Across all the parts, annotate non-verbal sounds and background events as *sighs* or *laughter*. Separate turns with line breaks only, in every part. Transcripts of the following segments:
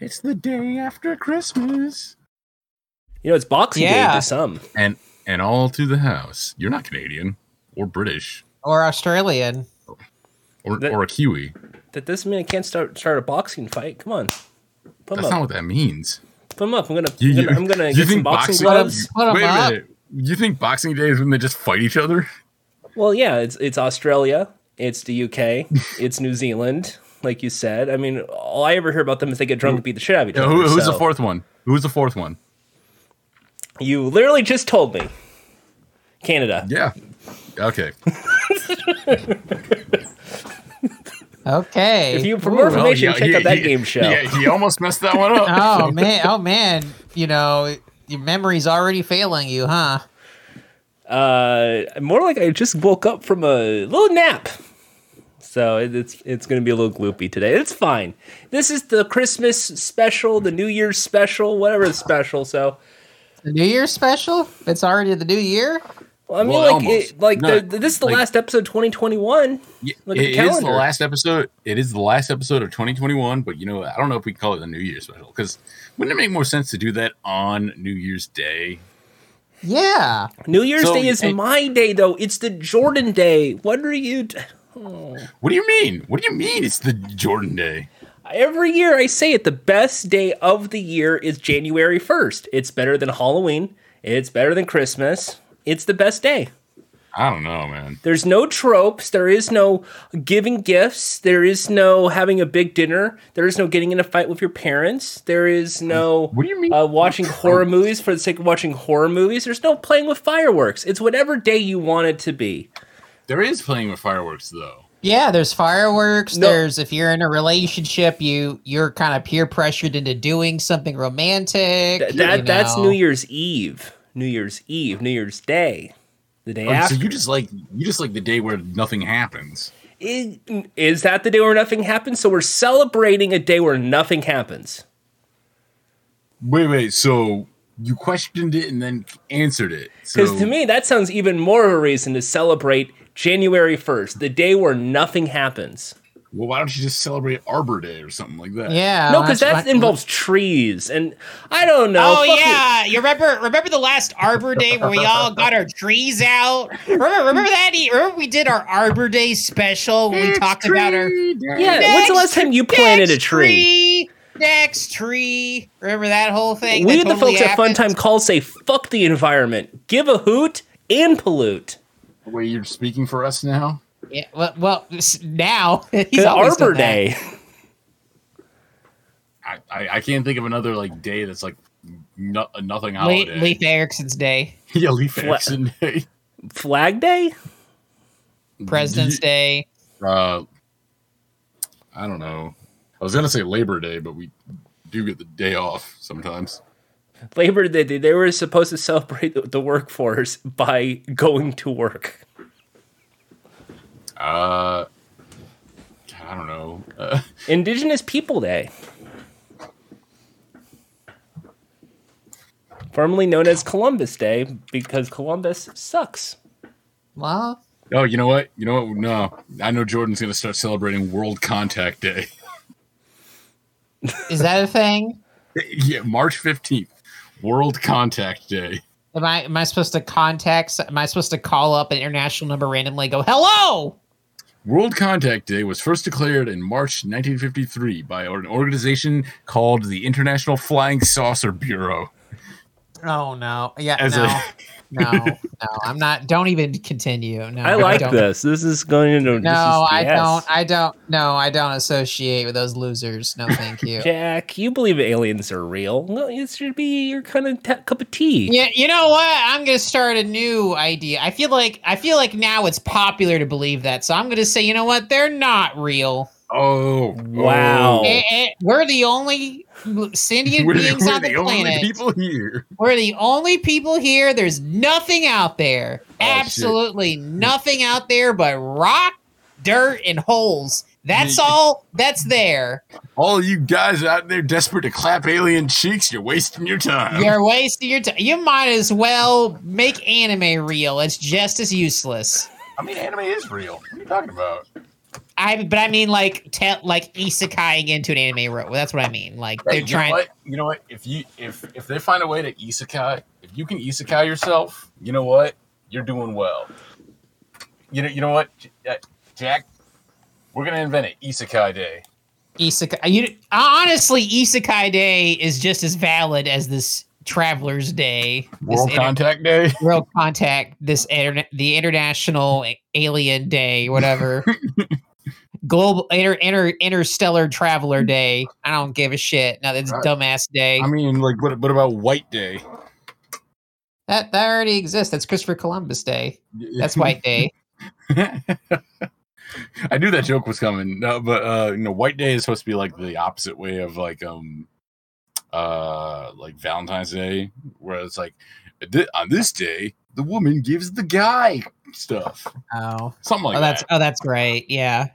It's the day after Christmas.
You know, it's Boxing Day
Yeah.
to some.
And and all to the house. You're not Canadian or British
or Australian.
or,
That-
or a Kiwi.
That this man can't start start a boxing fight. Come on, put him
That's
up.
not what that means.
put him up. I'm gonna.
You-
I'm
you-
gonna, I'm gonna
you
get some
think
boxing
boxing-
gloves.
Put 'em
Wait a
up.
minute. You think Boxing Day is when they just fight each other?
Well, yeah, it's it's Australia, it's the
*laughs*
UK, it's New Zealand. Like you said, I mean, all I ever hear about them is they get drunk and beat the shit out of each
Yeah,
other.
who, who's
so-
the fourth one? Who's the fourth one?
You literally just told me. Canada.
Yeah. Okay.
Okay.
If you for more
Well,
information,
yeah,
check
he-
out that
he-
game show.
Yeah, he almost messed that one up.
*laughs* *laughs* oh man, oh man, you know your memory's already failing you, huh?
Uh, more like I just woke up from a little nap. So it- it's it's gonna be a little gloopy today. It's fine. This is the Christmas special, the New Year's special, whatever the special. So
The New Year special? It's already the new year.
well, I mean,
Well,
like
almost.
it, like
No,
the, this is the
like-
last episode, twenty twenty one.
Yeah,
Look at the
it is the
calendar.
last episode. It is the last episode of 2021, but you know, I don't know if we call it the New Year special because wouldn't it make more sense to do that on New Year's Day?
Yeah.
New Year's
So,
Day is
and-
my day, though. It's the Jordan Day. What are you? T-
What do you mean? What do you mean? It's the Jordan Day.
Every year I say it. The best day of the year is January first. It's better than Halloween. It's better than Christmas. It's the best day.
I don't know, man.
There's no tropes. There is no giving gifts. There is no having a big dinner. There is no getting in a fight with your parents. There is no
What do you mean? *laughs*
Uh, watching horror movies for the sake of watching horror movies. There's no playing with fireworks. It's whatever day you want it to be.
There is playing with fireworks though.
Yeah, there's fireworks.
No.
There's if you're in a relationship, you you're kind of peer pressured into doing something romantic.
Th- that
you
that's
know.
New Year's Eve, New Year's Eve, New Year's Day, the day
Oh,
after.
so you just like you just like the day where nothing happens.
is, is that the day where nothing happens? So we're celebrating a day where nothing happens.
Wait, wait. So you questioned it and then answered it.
Because
So
to me, that sounds even more of a reason to celebrate January 1st, the day where nothing happens.
well, why don't you just celebrate Arbor Day or something like that?
Yeah.
No, because that
what-
involves trees. And I don't know.
Oh
fuck it.
yeah, you remember remember the last Arbor Day where we all got our trees out? Remember, remember that? E- Remember we did our Arbor Day special when we talked about our
Yeah. When's the last
Next-
time you planted a
next
tree?
Next tree. Remember that whole thing?
We,
That
the
totally
folks at
happened?
Funtime Call, say fuck the environment, give a hoot, and pollute.
Wait, you're speaking for us now?
Yeah, well, well s- now *laughs* he's
The
always done
Arbor
that.
Day.
I, I, I can't think of another like day that's like no, a nothing
Leif,
holiday.
Leif Erickson's day,
*laughs* yeah, Leaf
Fla-
Action Day,
Flag Day?
President's
Ye-
Day.
Uh, I don't know. I was gonna say Labor Day, but we do get the day off sometimes.
Labor Day, they- they were supposed to celebrate the- the workforce by going to work.
Uh, I don't know. Uh, *laughs*
Indigenous People Day. Formerly known as Columbus Day because Columbus sucks.
Well,
oh, you know what? You know what? No, I know Jordan's gonna start celebrating World Contact Day. *laughs*
is that a thing?
yeah, March fifteenth, World Contact Day.
Am I am I supposed to contact? Am I supposed to call up an international number randomly? and Go hello.
World Contact Day was first declared in March 1953 by an organization called the International Flying Saucer Bureau.
Oh no! Yeah,
As
no,
a-
*laughs* no, no. I'm not. Don't even continue. No,
I like
don't.
this. This is going into this
No,
is
I
BS.
don't. I don't. No, I don't associate with those losers. No, thank
*laughs*
you.
Jack, you believe aliens are real? Well, it should be your kind of ta cup of tea.
Yeah, you know what? I'm gonna start a new idea. I feel like I feel like now it's popular to believe that, so I'm gonna say, you know what? They're not real.
Oh,
Wow.
Eh, eh, we're the only
*laughs*
sentient
We're, the-
beings
we're
on the,
the
planet.
only people here.
We're the only people here. There's nothing out there.
Oh, shit.
Absolutely nothing out there but rock, dirt, and holes. That's
Yeah.
all that's there.
All you guys out there desperate to clap alien cheeks, you're wasting your time.
You're wasting your time. You might as well make anime real. It's just as useless.
I mean, anime is real. What are you talking about?
I but I mean like te- like isekaiing into an anime role. That's what I mean. Like
Right,
they're
you
trying.
Know what? You know what? If you if if they find a way to isekai, if you can isekai yourself, you know what? You're doing well. You know. You know what, J- uh, Jack? We're gonna invent an isekai day.
isekai. You honestly, isekai day is just as valid as this traveler's day, this
World
inter-
Contact Day.
world contact, this interna- the international a- alien
*laughs*
day, whatever. Global inter, inter, interstellar traveler day. I don't give a shit. No, that's
Right.
dumbass day.
I mean, like, what? What about White Day?
that that already exists. That's Christopher Columbus Day.
*laughs*
That's White Day.
I knew that joke was coming. No, but uh, you know, White Day is supposed to be like the opposite way of like um, uh, like Valentine's Day, where it's like "Th- on this day the woman gives the guy stuff,
Oh.
something like
oh, that's
that.
oh, that's right. Yeah,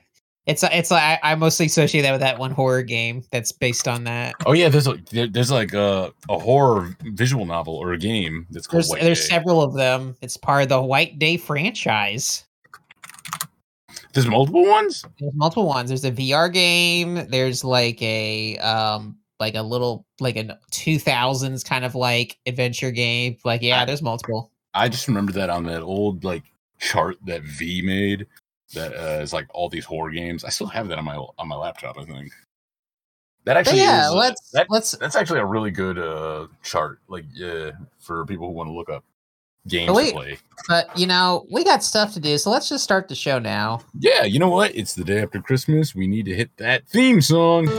it's it's like I, I mostly associate that with that one horror game that's based on that.
Oh yeah, there's like there, there's like a, a horror visual novel or a game that's called
There's
White
there's
Day.
several of them. It's part of the White Day franchise.
there's multiple ones.
There's multiple ones. There's a VR game. There's like a um like a little like a 2000s kind of like adventure game. Like yeah, there's multiple.
I just remember that on that old like chart that V made that uh, is like all these horror games. I still have that on my on my laptop. I think that
But
actually
yeah,
is, uh,
let's
that-
let's
That's actually a really good uh, chart, like uh, for people who want to look up games
Wait.
to play.
but you know, we got stuff to do. So let's just start the show now.
Yeah, you know what? It's the day after Christmas. We need to hit that theme song.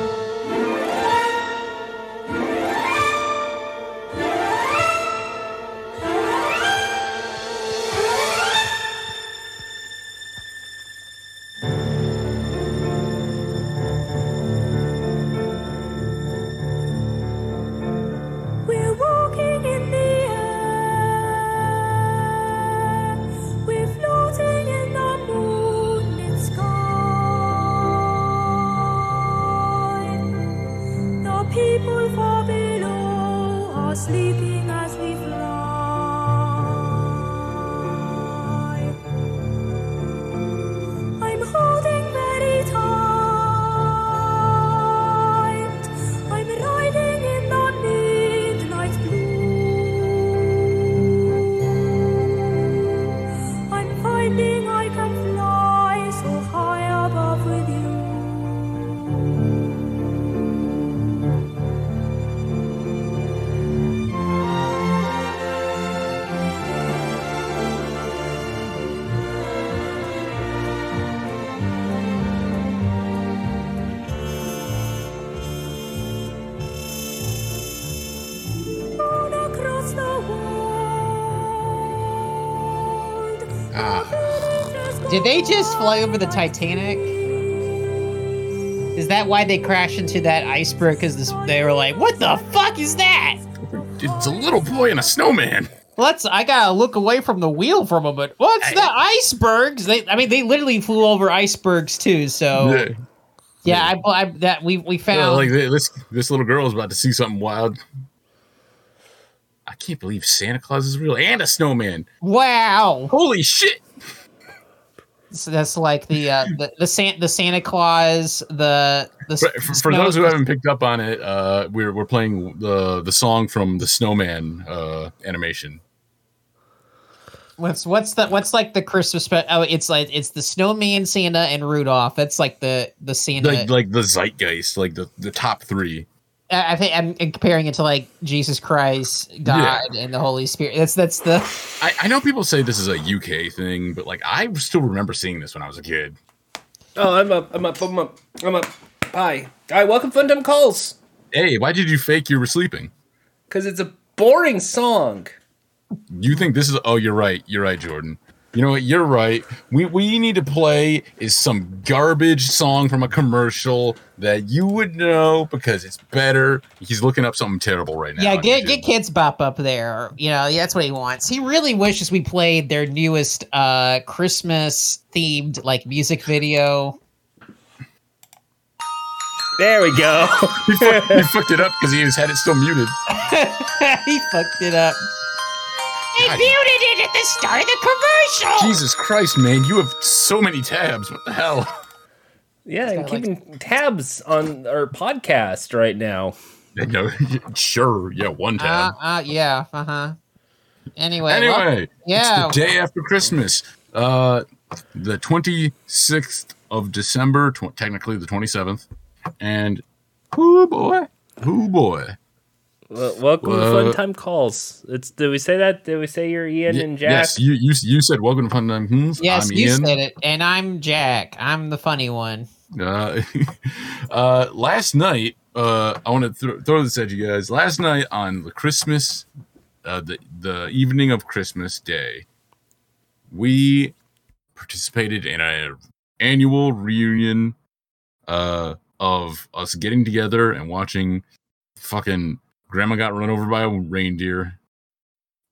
We're walking in the air. We're floating in the moonlit sky. The people far below are sleeping as we fly. I'm holding very tight. I'm riding in the midnight blue. I'm finding I can fly so high above with you. Down across the world.
Ah,
Did they just fly over the Titanic? Is that why they crashed into that iceberg? Because they were like, "What the fuck is that?"
It's a little boy and a snowman.
Let's. I gotta look away from the wheel for a moment. What's the icebergs? They. I mean, they literally flew over icebergs too. So yeah,
Yeah,
I, I. That we we found.
yeah, like th- this this little girl is about to see something wild. I can't believe Santa Claus is real and a snowman.
wow.
Holy shit!
So that's like the uh, the the, San, the Santa Claus the the
For, for- for those who haven't picked up on it, uh, we're we're playing the the song from the Snowman uh, animation.
what's what's the what's like the Christmas spe- oh it's like it's the snowman Santa and Rudolph. That's like the the Santa.
like like the zeitgeist, like the, the top three.
I I think I'm comparing it to like Jesus Christ, God, and the Holy Spirit. That's that's the.
I, I know people say this is a UK thing, but like I still remember seeing this when I was a kid.
Oh, I'm up. I'm up. I'm up. I'm up. Hi. Hi. Welcome, Fun Dumb Calls.
Hey, why did you fake you were sleeping?
Because it's a boring song.
You think this is? Oh, you're right. You're right, Jordan. You know what? You're right. We we need to play is some garbage song from a commercial that you would know because it's better. He's looking up something terrible right now.
Yeah,
on
get
YouTube.
get Kids Bop up there. or, You know, that's what he wants. He really wishes we played their newest uh Christmas themed like music video. *laughs*
There we go. *laughs*
he fucked it up because he just had it still muted.
Oh. he fucked it up.
They
God.
muted it at the start of the commercial.
Jesus Christ, man! You have so many tabs. What the hell? *laughs*
Yeah,
It's
and
got, like-
keeping tabs on our podcast right now.
No, sure, yeah, one
Uh,
tab.
uh, yeah. Uh huh. Anyway. well,
anyway,
yeah.
it's the day after Christmas, uh, the twenty sixth of December, tw- technically the twenty seventh, and whoo boy, whoo boy.
Well, welcome
Well-
to Fun Time Calls. It's did we say that? Did we say you're Ian
Ye-
and Jack?
Yes, you, you you said welcome to Fun Time Hooms.
yes,
I'm
you
Ian.
said it, and I'm Jack. I'm the funny one.
Uh, *laughs* uh, last night, uh, I want to thro- throw this at you guys. Last night on the Christmas, uh, the the evening of Christmas Day, we participated in a annual reunion uh, of us getting together and watching fucking Grandma got run over by a reindeer.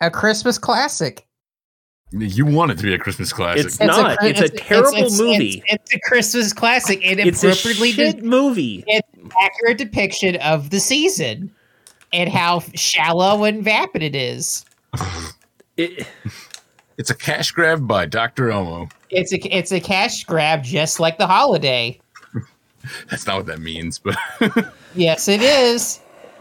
A Christmas classic.
You want it to be a Christmas classic.
It's not.
cri-
It's a terrible movie.
It's, a Christmas classic. It
It's a
appropriately
shit movie.
accurate depiction of the season and how shallow and vapid it is.
It-
it's a cash grab by Dr. Elmo.
It's a it's a cash grab, just like the holiday.
That's not what that means, but *laughs*
Yes, it is.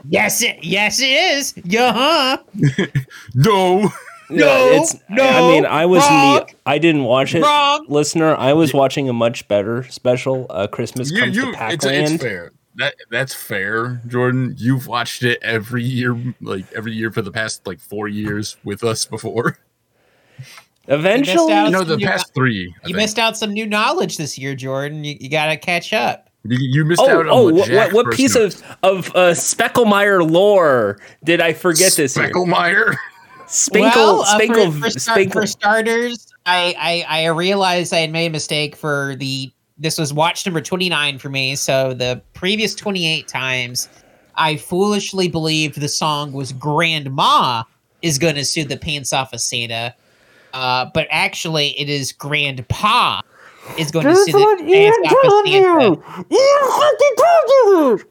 Yes, it yes it is. Yeah, huh?
no.
No,
Yeah, it's, I
no,
mean, I was in
wrong,
the. I didn't watch it,
wrong.
listener. I was watching a much better special. Uh, Christmas
you,
comes
you,
to
it's, it's
Packland.
fair. That that's fair, Jordan. You've watched it every year, like every year for the past like four years with us before.
Eventually,
You
*laughs*
missed out.
No, the
You're
past three. I
You
think.
missed out some new knowledge this year, Jordan. You, you got to catch up.
You, you missed
oh,
out on
oh,
what,
what,
Jack
what, what piece
Fresno-
of of uh, Specklemeyer lore did I forget this year?
Specklemeyer. *laughs*
Spinkle,
well, uh, for-
Spinkle,
for, star-
Spinkle.
for starters, I, I I realized I had made a mistake for the this was watch number twenty nine for me. So the previous twenty eight times, I foolishly believed the song was "Grandma is going to sue the pants off of Santa," uh, but actually it is "Grandpa is going to sue the pants off of Santa."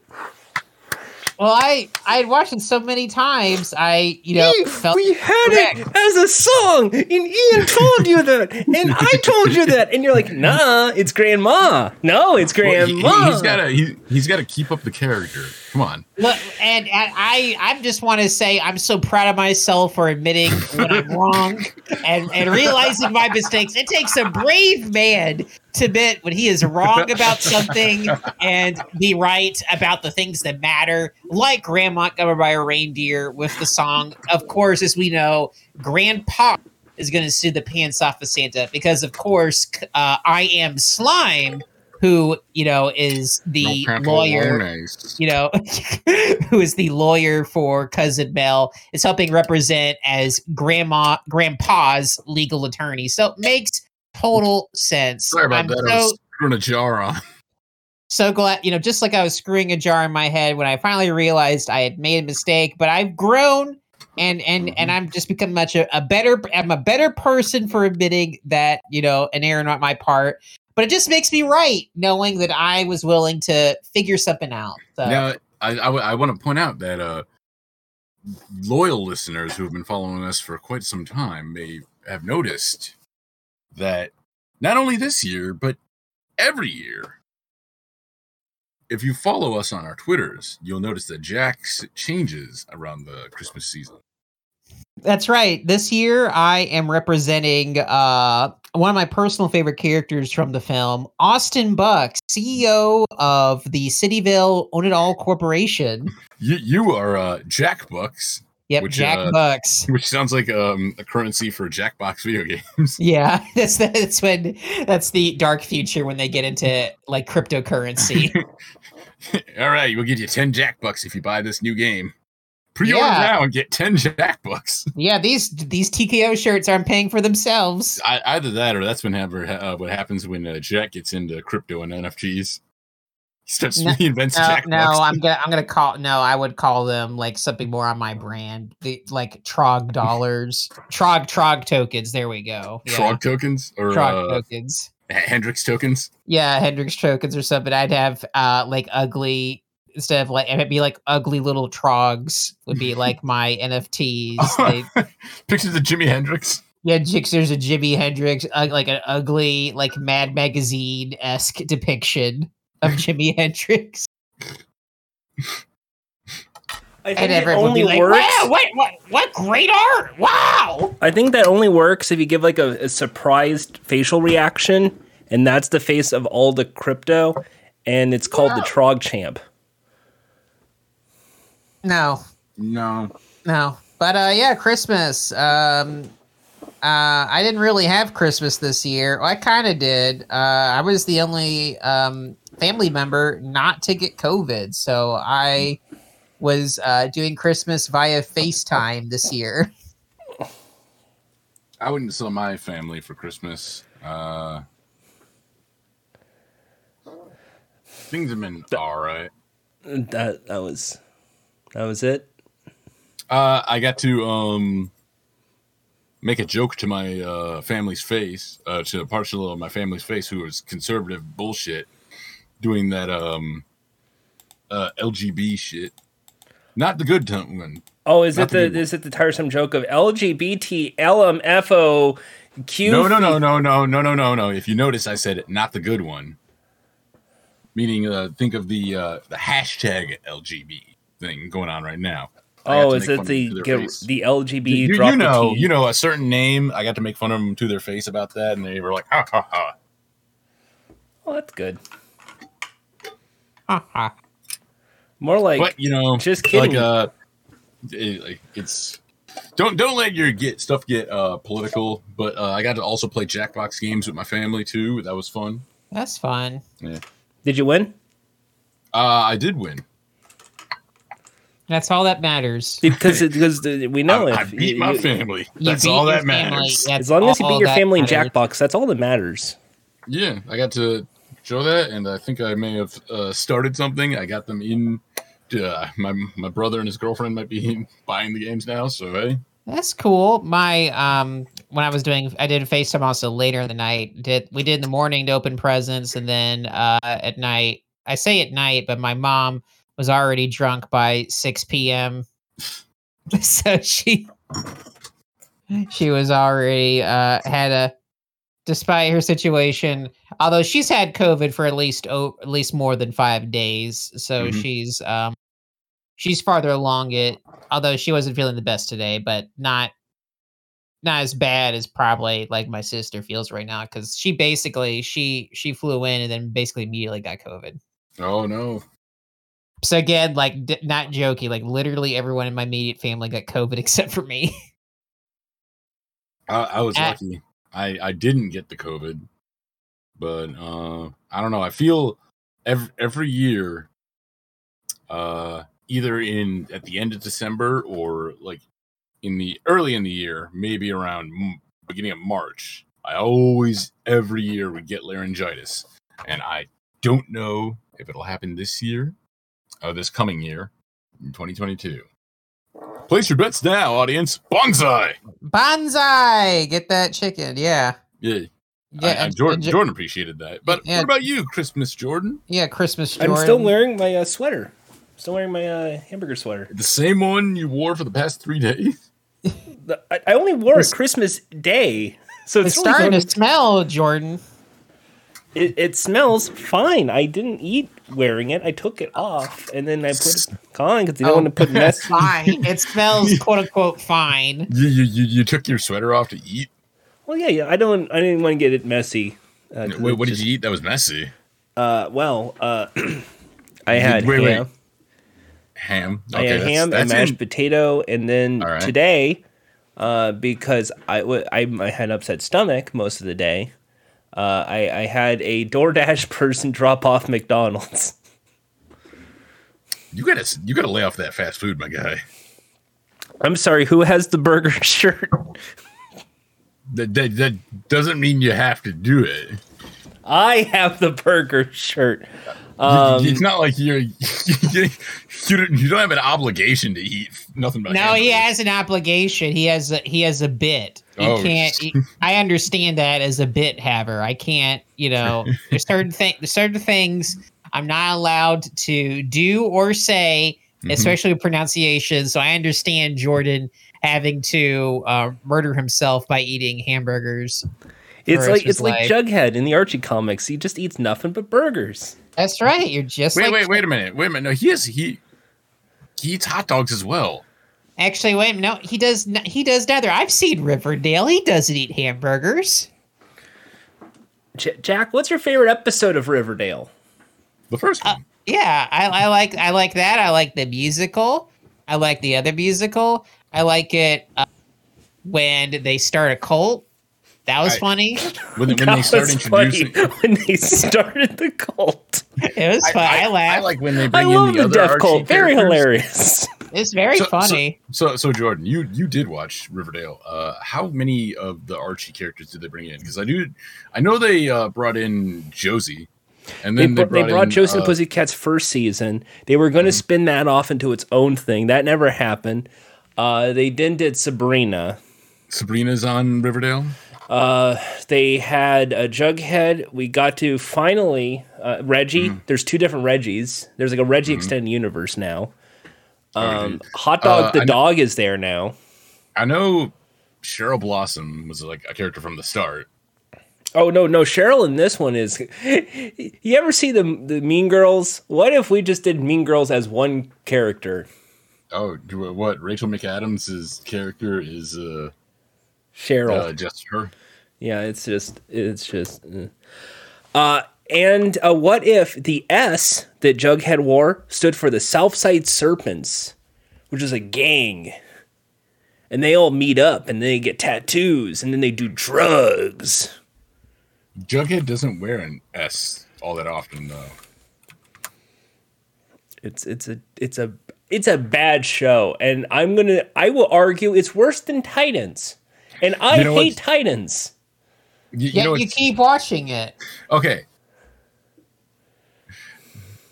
Well, I I had watched it so many times, I you know felt
we had it
correct.
as a song, and Ian told you that, and I told you that, and you're like, nah, it's grandma. No, it's
Well,
grandma.
he, has gotta he, he's gotta keep up the character. Come on.
Look, and, and I, I just want to say I'm so proud of myself for admitting when I'm wrong and, and realizing my mistakes. It takes a brave man to admit when he is wrong about something and be right about the things that matter, like Grandma covered by a reindeer with the song. Of course, as we know, Grandpa is going to sue the pants off of Santa because, of course, c- uh, I am Slime, who you know is the
No
lawyer
pantalones.
you know, *laughs* who is the lawyer for cousin Mel, is helping represent as grandma grandpa's legal attorney. So it makes total sense.
Sorry about
I'm
that. I
So,
was screwing a jar on.
so glad, you know, just like I was screwing a jar in my head when I finally realized I had made a mistake, but I've grown and and
Mm-hmm.
and I'm just become much a, a better I'm a better person for admitting that, you know, an error on my part. But it just makes me right knowing that I was willing to figure something out. So
Now, I, I, want to point out that uh, loyal listeners who have been following us for quite some time may have noticed that not only this year, but every year, if you follow us on our Twitters, you'll notice that Jack's changes around the Christmas season.
That's right. This year I am representing uh one of my personal favorite characters from the film, Austin Buck, CEO of the Cityville Own It All Corporation.
You, you are uh, Jack Bucks,
Yep,
Which,
Jack
uh,
Bucks.
*laughs* which sounds like um, a currency for Jackbox video *laughs* game.
Yeah, *laughs* that's the, that's when that's the dark future when they get into like cryptocurrency.
*laughs* All right, we'll give you 10 Jackbucks if you buy this new game. Pre-order
Yeah.
now and get *laughs* 10 Jackbucks.
yeah, these these TKO shirts aren't paying for themselves.
I, either that or that's when ever, uh, what happens when uh, Jack gets into crypto and NFTs. He starts
No-
he invents *laughs*
No,
Jack.
no, I'm gonna I'm gonna call no, I would call them like something more on my brand. The, like trog dollars. trog trog tokens. There we go. Yeah.
Frog tokens or
Trog
uh,
tokens.
H- Hendrix tokens.
Yeah, Hendrix tokens or something. I'd have uh like ugly instead of like it'd be like ugly little trogs would be
*laughs*
like my NFTs.
Oh.
They,
Pictures of Jimi Hendrix.
yeah, Jix, there's a Jimi Hendrix, uh, like an ugly, like Mad Magazine esque depiction. of
*laughs*
Jimi Hendrix.
I
And
think it
everyone would
only
be like,
works.
wow, what, what, what great art! Wow!
I think that only works if you give like a, a surprised facial reaction, and that's the face of all the crypto, and it's called the Trog Champ.
No,
No.
no. But uh, yeah, Christmas. Um, uh, I didn't really have Christmas this year. Well, I kind of did. Uh, I was the only um, family member not to get COVID, so I was uh, doing Christmas via FaceTime this year. *laughs*
I wouldn't sell my family for Christmas. Uh, things have been all right.
That that was that was it.
Uh, I got to um, make a joke to my uh, family's face, uh, to a partial of my family's face who was conservative bullshit, doing that um, uh, LGB shit. Not the good t- one.
Oh, is
Not the
it
big
the
one.
is it the tiresome joke of LGBT LMFO Q?
No, no, no, no, no, no, no, no, no. If you notice, I said it, not the good one. Meaning, uh, think of the uh, the hashtag LGB thing going on right now. I got
Oh,
to
is
make
it
fun
the
to their
get-
face.
the LGB?
you, you
drop the
know,
T?
you know, a certain name. I got to make fun of them to their face about that, and they were like, ha ha ha.
Oh, that's good.
Ha, ha.
More like
but you know,
just kidding.
Like, uh, it- like, it's don't don't let your get stuff get uh political. But uh, I got to also play Jackbox games with my family too. That was fun.
That's fun.
did you win?
Uh, I did win.
That's all that matters.
Because because the- we know
I,
if
I beat
you-
my
you-
family.
You
That's
beat
all
your
that
family.
matters.
That's
as long as you
all
beat your
that
family in
matters.
Jackbox, that's all that matters.
Yeah, I got to show that, and I think I may have uh, started something. I got them in. Uh, my my brother and his girlfriend might be *laughs* in, buying the games now. So hey,
That's cool. My um when I was doing I did FaceTime also later in the night. Did we did in the morning to open presents and then uh at night. I say at night, but my mom was already drunk by 6 p.m. *laughs* so she she was already uh had a despite her situation, although she's had COVID for at least oh, at least more than 5 days, so
Mhm.
she's um she's farther along it although she wasn't feeling the best today, but not not as bad as probably like my sister feels right now because she basically she she flew in and then basically immediately got COVID.
oh no,
So again, like d- not joking, like literally everyone in my immediate family got COVID *laughs* except for me.
I, I was
Uh,
lucky. I I didn't get the COVID, but uh, I don't know. I feel every every year, uh, either in at the end of December or like in the early in the year, maybe around m- beginning of March. I always every year would get laryngitis, and I don't know if it'll happen this year, or this coming year, in 2022. Place your bets now, audience. Bonsai.
Bonsai, get that chicken, yeah,
Yeah.
yeah,
Yeah,
and-
Jordan,
and Jo-
Jordan appreciated that. But
Yeah.
what about you, Christmas Jordan?
yeah. Christmas.
I'm
Jordan.
still wearing my uh, sweater. Still wearing my uh, hamburger sweater.
The same one you wore for the past three days?
The- I, I only wore it Christmas Day, *laughs* so it's,
It's
really
starting
going-
to smell, Jordan.
It, it smells fine. I didn't eat wearing it. I took it off and then I put it on because you
Oh.
don't want to
*laughs*
put mess.
Fine,
*laughs*
it smells quote unquote fine.
You, you, you, you took your sweater off to eat?
well, yeah, yeah. I don't. I didn't want to get it messy. Uh,
Wait, what did you eat that was messy?
Uh, well, uh, *clears throat* I had
wait, wait.
ham.
Ham.
I had
that's-
Oh, ham
that's
and mashed
in-
potato, and then
All right.
today, uh, because I, w- I I had an upset stomach most of the day, uh, I I had a DoorDash *laughs* person drop off McDonald's. *laughs*
You gotta, you gotta lay off that fast food, my guy.
I'm sorry, who has the burger *laughs* shirt?
That, that, that doesn't mean you have to do it. You-
I have the burger shirt.
it's not like you're *laughs* you, don't- you don't have an obligation to eat nothing but
No, he
hamburgers.
has an obligation. He has a, he has a bit. He
Oh,
can't.
s-
he- I understand that as a bit haver. I can't.
*laughs*
You know, there's certain thing. There's certain things I'm not allowed to do or say,
Mm-hmm.
especially with pronunciation. So I understand Jordan having to uh, murder himself by eating hamburgers.
It's
For
like
his
it's like
life.
Jughead in the Archie comics. He just eats nothing but burgers.
That's right. You're just
Wait,
like
wait, wait a minute. Wait a minute. No, he is he he eats hot dogs as well.
Actually, wait. No, he does. n- He does neither. I've seen Riverdale. He doesn't eat hamburgers.
J- Jack, what's your favorite episode of Riverdale?
The first one.
Yeah, I, I like. I like that. I like the musical. I like the other musical. I like it uh, when they start a cult. That was
I-
funny.
when,
*laughs*
when
That
they start
was funny *laughs*
introducing
when they started the cult.
It
*laughs*
was fun. I, laughed.
like when they
I
bring
love
in the,
the,
other
deaf
Archie
cult. Very
characters.
hilarious.
it's very
So- so-
funny.
So, so Jordan, you you did watch Riverdale. Uh, how many of the Archie characters did they bring in? Because I do, I know they uh, brought in Josie, and
They,
then they,
brought, they
brought,
brought
in,
Josie and the
uh, hmm.
Pussycats first season. They were going to spin that off into its own thing. That never happened. Uh, they then did Sabrina.
Sabrina's on Riverdale.
Uh, they had a Jughead. We got to finally uh, Reggie.
Hmm.
There's two different Reggies. There's like a Reggie extended universe now. Um, Hot Dog
Uh,
the
I kn-
dog is there now.
I know Cheryl Blossom was like a character from the start.
Oh no, no Cheryl in this one is. *laughs* You ever see the the Mean Girls? What if we just did Mean Girls as one character?
Oh, do- what Rachel McAdams' character is uh,
Cheryl.
uh, just her.
Yeah, it's just it's just. eh. Uh, and uh, what if the S that Jughead wore stood for the Southside Serpents, which is a gang, and they all meet up and they get tattoos and then they do drugs.
Jughead doesn't wear an S all that often though.
It's it's a it's a it's a bad show, and I'm gonna I will argue it's worse than Titans, and I
You know what's-
hate Titans.
You, you
Yet
know
you
what's-
keep watching it.
Okay.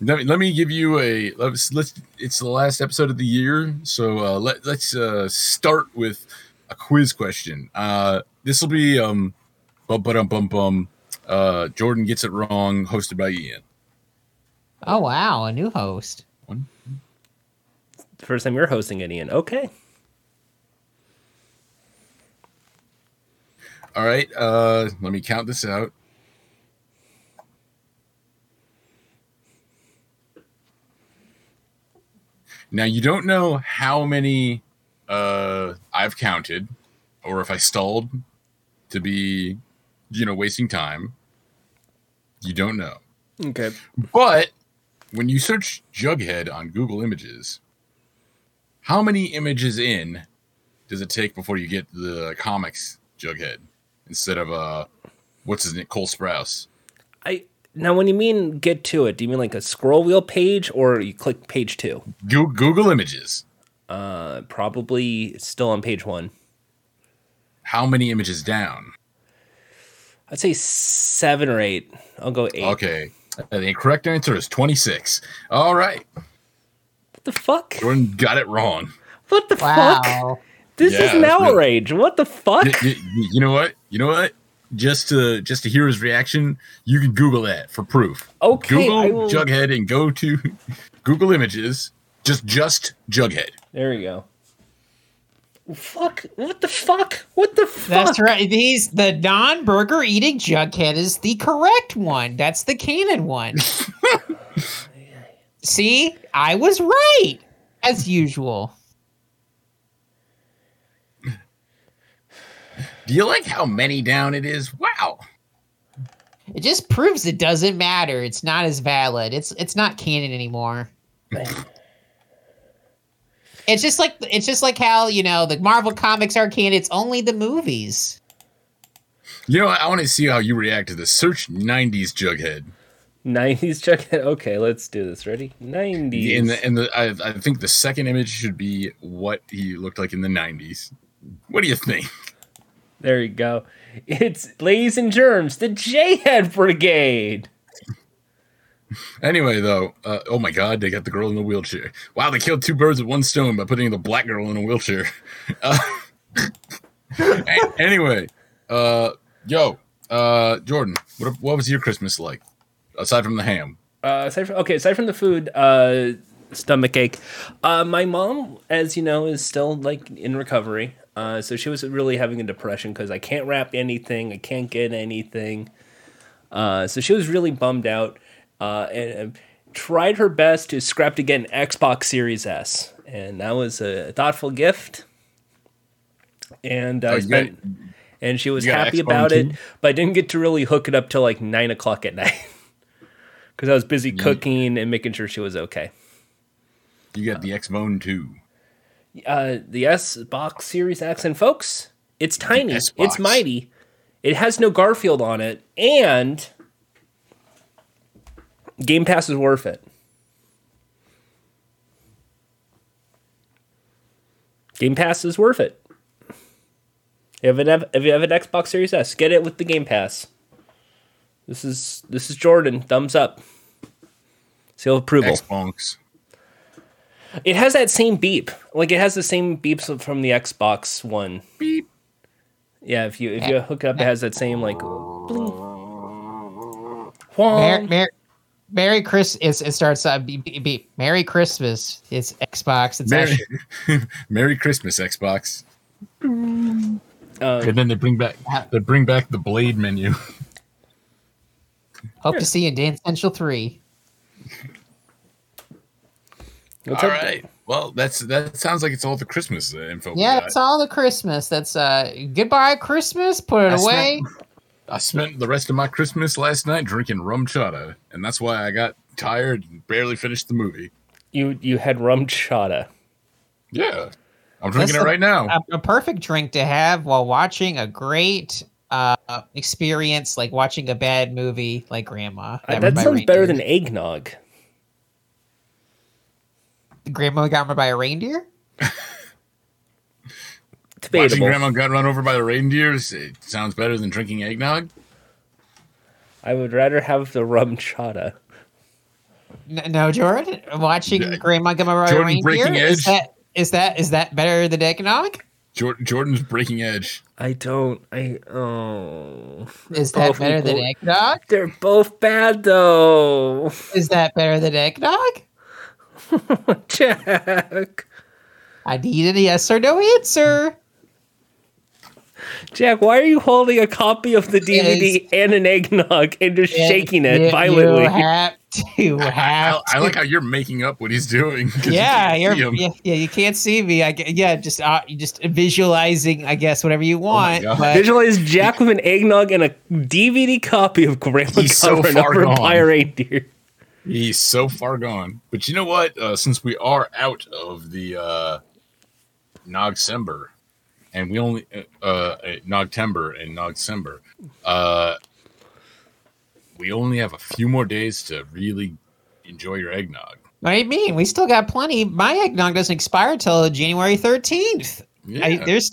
Let me, let me give you a let's, let's it's the last episode of the year, so uh, let let's uh, start with a quiz question. Uh, this will be um, bum bum bum bum. Uh, Jordan gets it wrong, hosted by Ian.
Oh wow, a new host.
First time you're hosting it, Ian. Okay.
All right, uh, let me count this out. Now you don't know how many uh, I've counted, or if I stalled to be, you know, wasting time. You don't know,
Okay.
but when you search Jughead on Google Images, how many images in does it take before you get the comics Jughead instead of uh, what's his name, Cole Sprouse?
I now when you mean get to it, do you mean like a scroll wheel page or you click page two?
Go- Google Images.
Uh, probably still on page one.
How many images down?
I'd say seven or eight. I'll go eight.
Okay. Uh, the correct answer is 26. All right.
What the fuck?
Jordan got it wrong.
What the fuck?
Wow.
This
Yeah,
is an
that's
hour
really-
rage. What the fuck?
Y- y- y- you know what? You know what? Just to just to hear his reaction, you can Google that for proof.
Okay, I
Google
will-
Jughead and go to *laughs* Google Images. Just just Jughead.
There we go. Fuck. What the fuck? What the fuck?
That's right. He's the non-burger eating jughead is the correct one. That's the canon
*laughs*
one. See, I was right as usual.
Do you like how many down it is? Wow.
It just proves it doesn't matter. It's not as valid. It's it's not canon anymore. It's just like it's just like how you know the Marvel comics are canon. It's only the movies.
You know, what? I want to see how you react to the search '90s Jughead.
90s Jughead. Okay, let's do this. Ready? 90s.
And the, and the I, I think the second image should be what he looked like in the '90s. What do you think?
There you go. It's, ladies and germs, the J-Head Brigade.
Anyway, though, uh, oh my God, they got the girl in the wheelchair. Wow, they killed two birds with one stone by putting the black girl in a wheelchair. *laughs* Uh, a- anyway, uh, yo, uh, Jordan, what what was your Christmas like aside from the ham?
Uh, aside from, okay, aside from the food, uh, stomach ache. Uh, my mom, as you know, is still like in recovery. Uh, so she was really having a depression because I can't wrap anything, I can't get anything. Uh, so she was really bummed out. uh, and, and tried her best to scrap to get an Xbox Series S, and that was a thoughtful gift. And I
Oh, you got-
spent, and she was
you got an
happy
Xbox
about
too?
it, but I didn't get to really hook it up till like nine o'clock at night *laughs* because I was busy cooking and making sure she was okay.
You got the X Bone too.
uh, the S Box Series X, and folks, it's tiny,
S-Box.
it's mighty, it has no Garfield on it, and Game Pass is worth it. Game Pass is worth it. If you have an, if you have an Xbox Series S, get it with the Game Pass. This is this is Jordan. Thumbs up. Seal of approval.
X Bonks.
It has that same beep. Like it has the same beeps from the Xbox One. Beep. Yeah, if you if you hook it up, it has that same like. bling.
Merry,
Whong.
Merry, Merry Christmas. It's, it starts uh, out beep, beep, beep. Merry Christmas. It's Xbox. It's
Merry, *laughs*
actually
Merry Christmas, Xbox.
Um,
And then they bring back they bring back the blade menu.
hope to see you in Dance Central 3.
what's
all
up?
right. Well, that's that sounds like it's all the Christmas uh, info. we
Yeah,
got.
that's all the Christmas. That's uh goodbye Christmas. Put it
That's
away.
I spent the rest of my Christmas last night drinking rum chata, and that's why I got tired and barely finished the movie.
You you had rum chata.
Yeah, I'm drinking
That's
it right now.
a, a perfect drink to have while watching a great uh experience like watching a bad movie like grandma
Uh,
ran
That
by
sounds better than
reindeer.
eggnog.
grandma got run by a reindeer
Watching
Debatable.
Grandma got run over by the reindeers it sounds better than drinking eggnog.
I would rather have the rum chata.
N- no jordan watching
Yeah,
grandma get run by a
Jordan
reindeer
Breaking
is
Edge.
that is that is that better than economic
Jor- Jordan's breaking edge.
I don't. I oh.
is that
Both
better than
equal.
eggnog
They're both bad though. *laughs*
is that better than eggnog
Jack.
i need a yes or no answer
Jack, why are you holding a copy of the DVD and an eggnog and just shaking it
You-
violently?
you have to have
I, I like how you're making up what he's doing. 'cause you
yeah,
can't
you're,
see him.
yeah, yeah, you can't see me. I gue- yeah, just uh, you just visualizing, I guess, whatever you want.
Oh God.
but
Visualize Jack with an eggnog and a DVD copy of Grandma
He's so
Cover
far
over
gone.
by a reindeer.
He's so far gone. But you know what? Uh, since we are out of the uh, Nogsember, and we only uh, uh, Nogtember and Nogsember, uh, we only have a few more days to really enjoy your eggnog.
what do you mean? We still got plenty. My eggnog doesn't expire till January thirteenth.
Yeah,
There's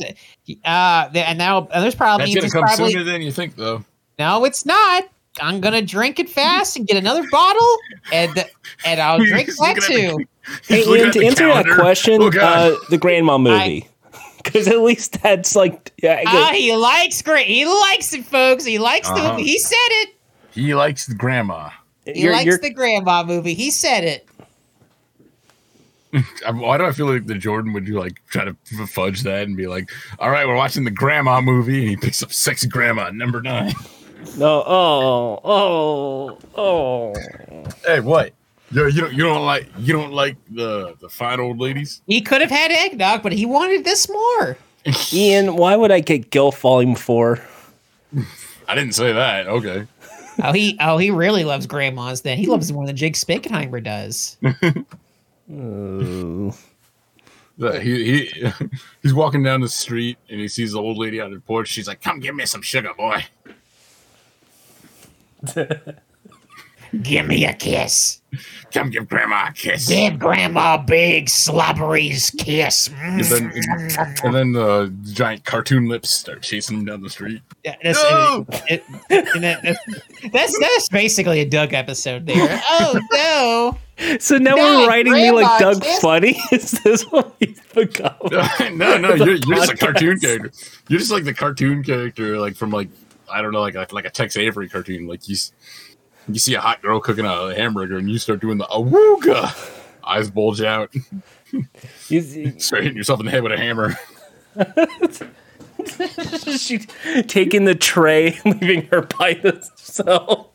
uh, th- and now and there's probably
that's gonna
there's
come
probably
sooner than you think, though.
no, it's not. I'm gonna drink it fast and get another bottle, and th- and
*laughs*
I'll
He's
drink that
looking at
too.
Hey,
He's looking
Ian,
at
to
the
answer
calendar.
that question,
Oh, God.
uh, the Grandma movie. *laughs* Because at least that's like. Yeah,
Ah,
good.
he likes great. He likes it, folks. He likes
Uh-huh.
the. He said it.
he likes the grandma.
He
You're-
likes
you're-
the grandma movie. He said it.
I- Why do I feel like the Jordan would you like try to f- fudge that and be like, "All right, we're watching the grandma movie," and he picks up sexy grandma at number nine.
no, oh, oh, oh.
Hey, what? Yo, you don't you don't like you don't like the the fine old ladies?
He could have had eggnog, but he wanted this more.
Ian, why would I get Gilf Volume 4?
I didn't say that. Okay.
Oh, he oh he really loves grandmas. Then he loves more than Jake Spickenheimer does.
Ooh.
The- He, he *laughs* he's walking down the street and he sees the old lady on the porch. She's like, "Come give me some sugar, boy."
*laughs* Give me a kiss,
Come give grandma a kiss.
give grandma a big slobbery's kiss.
And
Mm.
then, and then the giant cartoon lips start chasing him down the street.
Yeah, that's, uh,
No!
it- it- and that- that's, that's that's basically a Doug episode there. Oh no,
So now
Dad,
we're writing me like
Grandma,
Doug
kiss-
Funny? *laughs* Is this what we've become?
*laughs*
*laughs*
no, no, you're, you're just a
podcast.
cartoon character. You're just like the cartoon character, like from like I don't know, like like, like a Tex Avery cartoon. Like you, s- you see a hot girl cooking a hamburger, and you start doing the awooga, eyes bulge out, *laughs*
You-
start hitting yourself in the head with a hammer. *laughs*
*laughs* she taking the tray, leaving her by herself.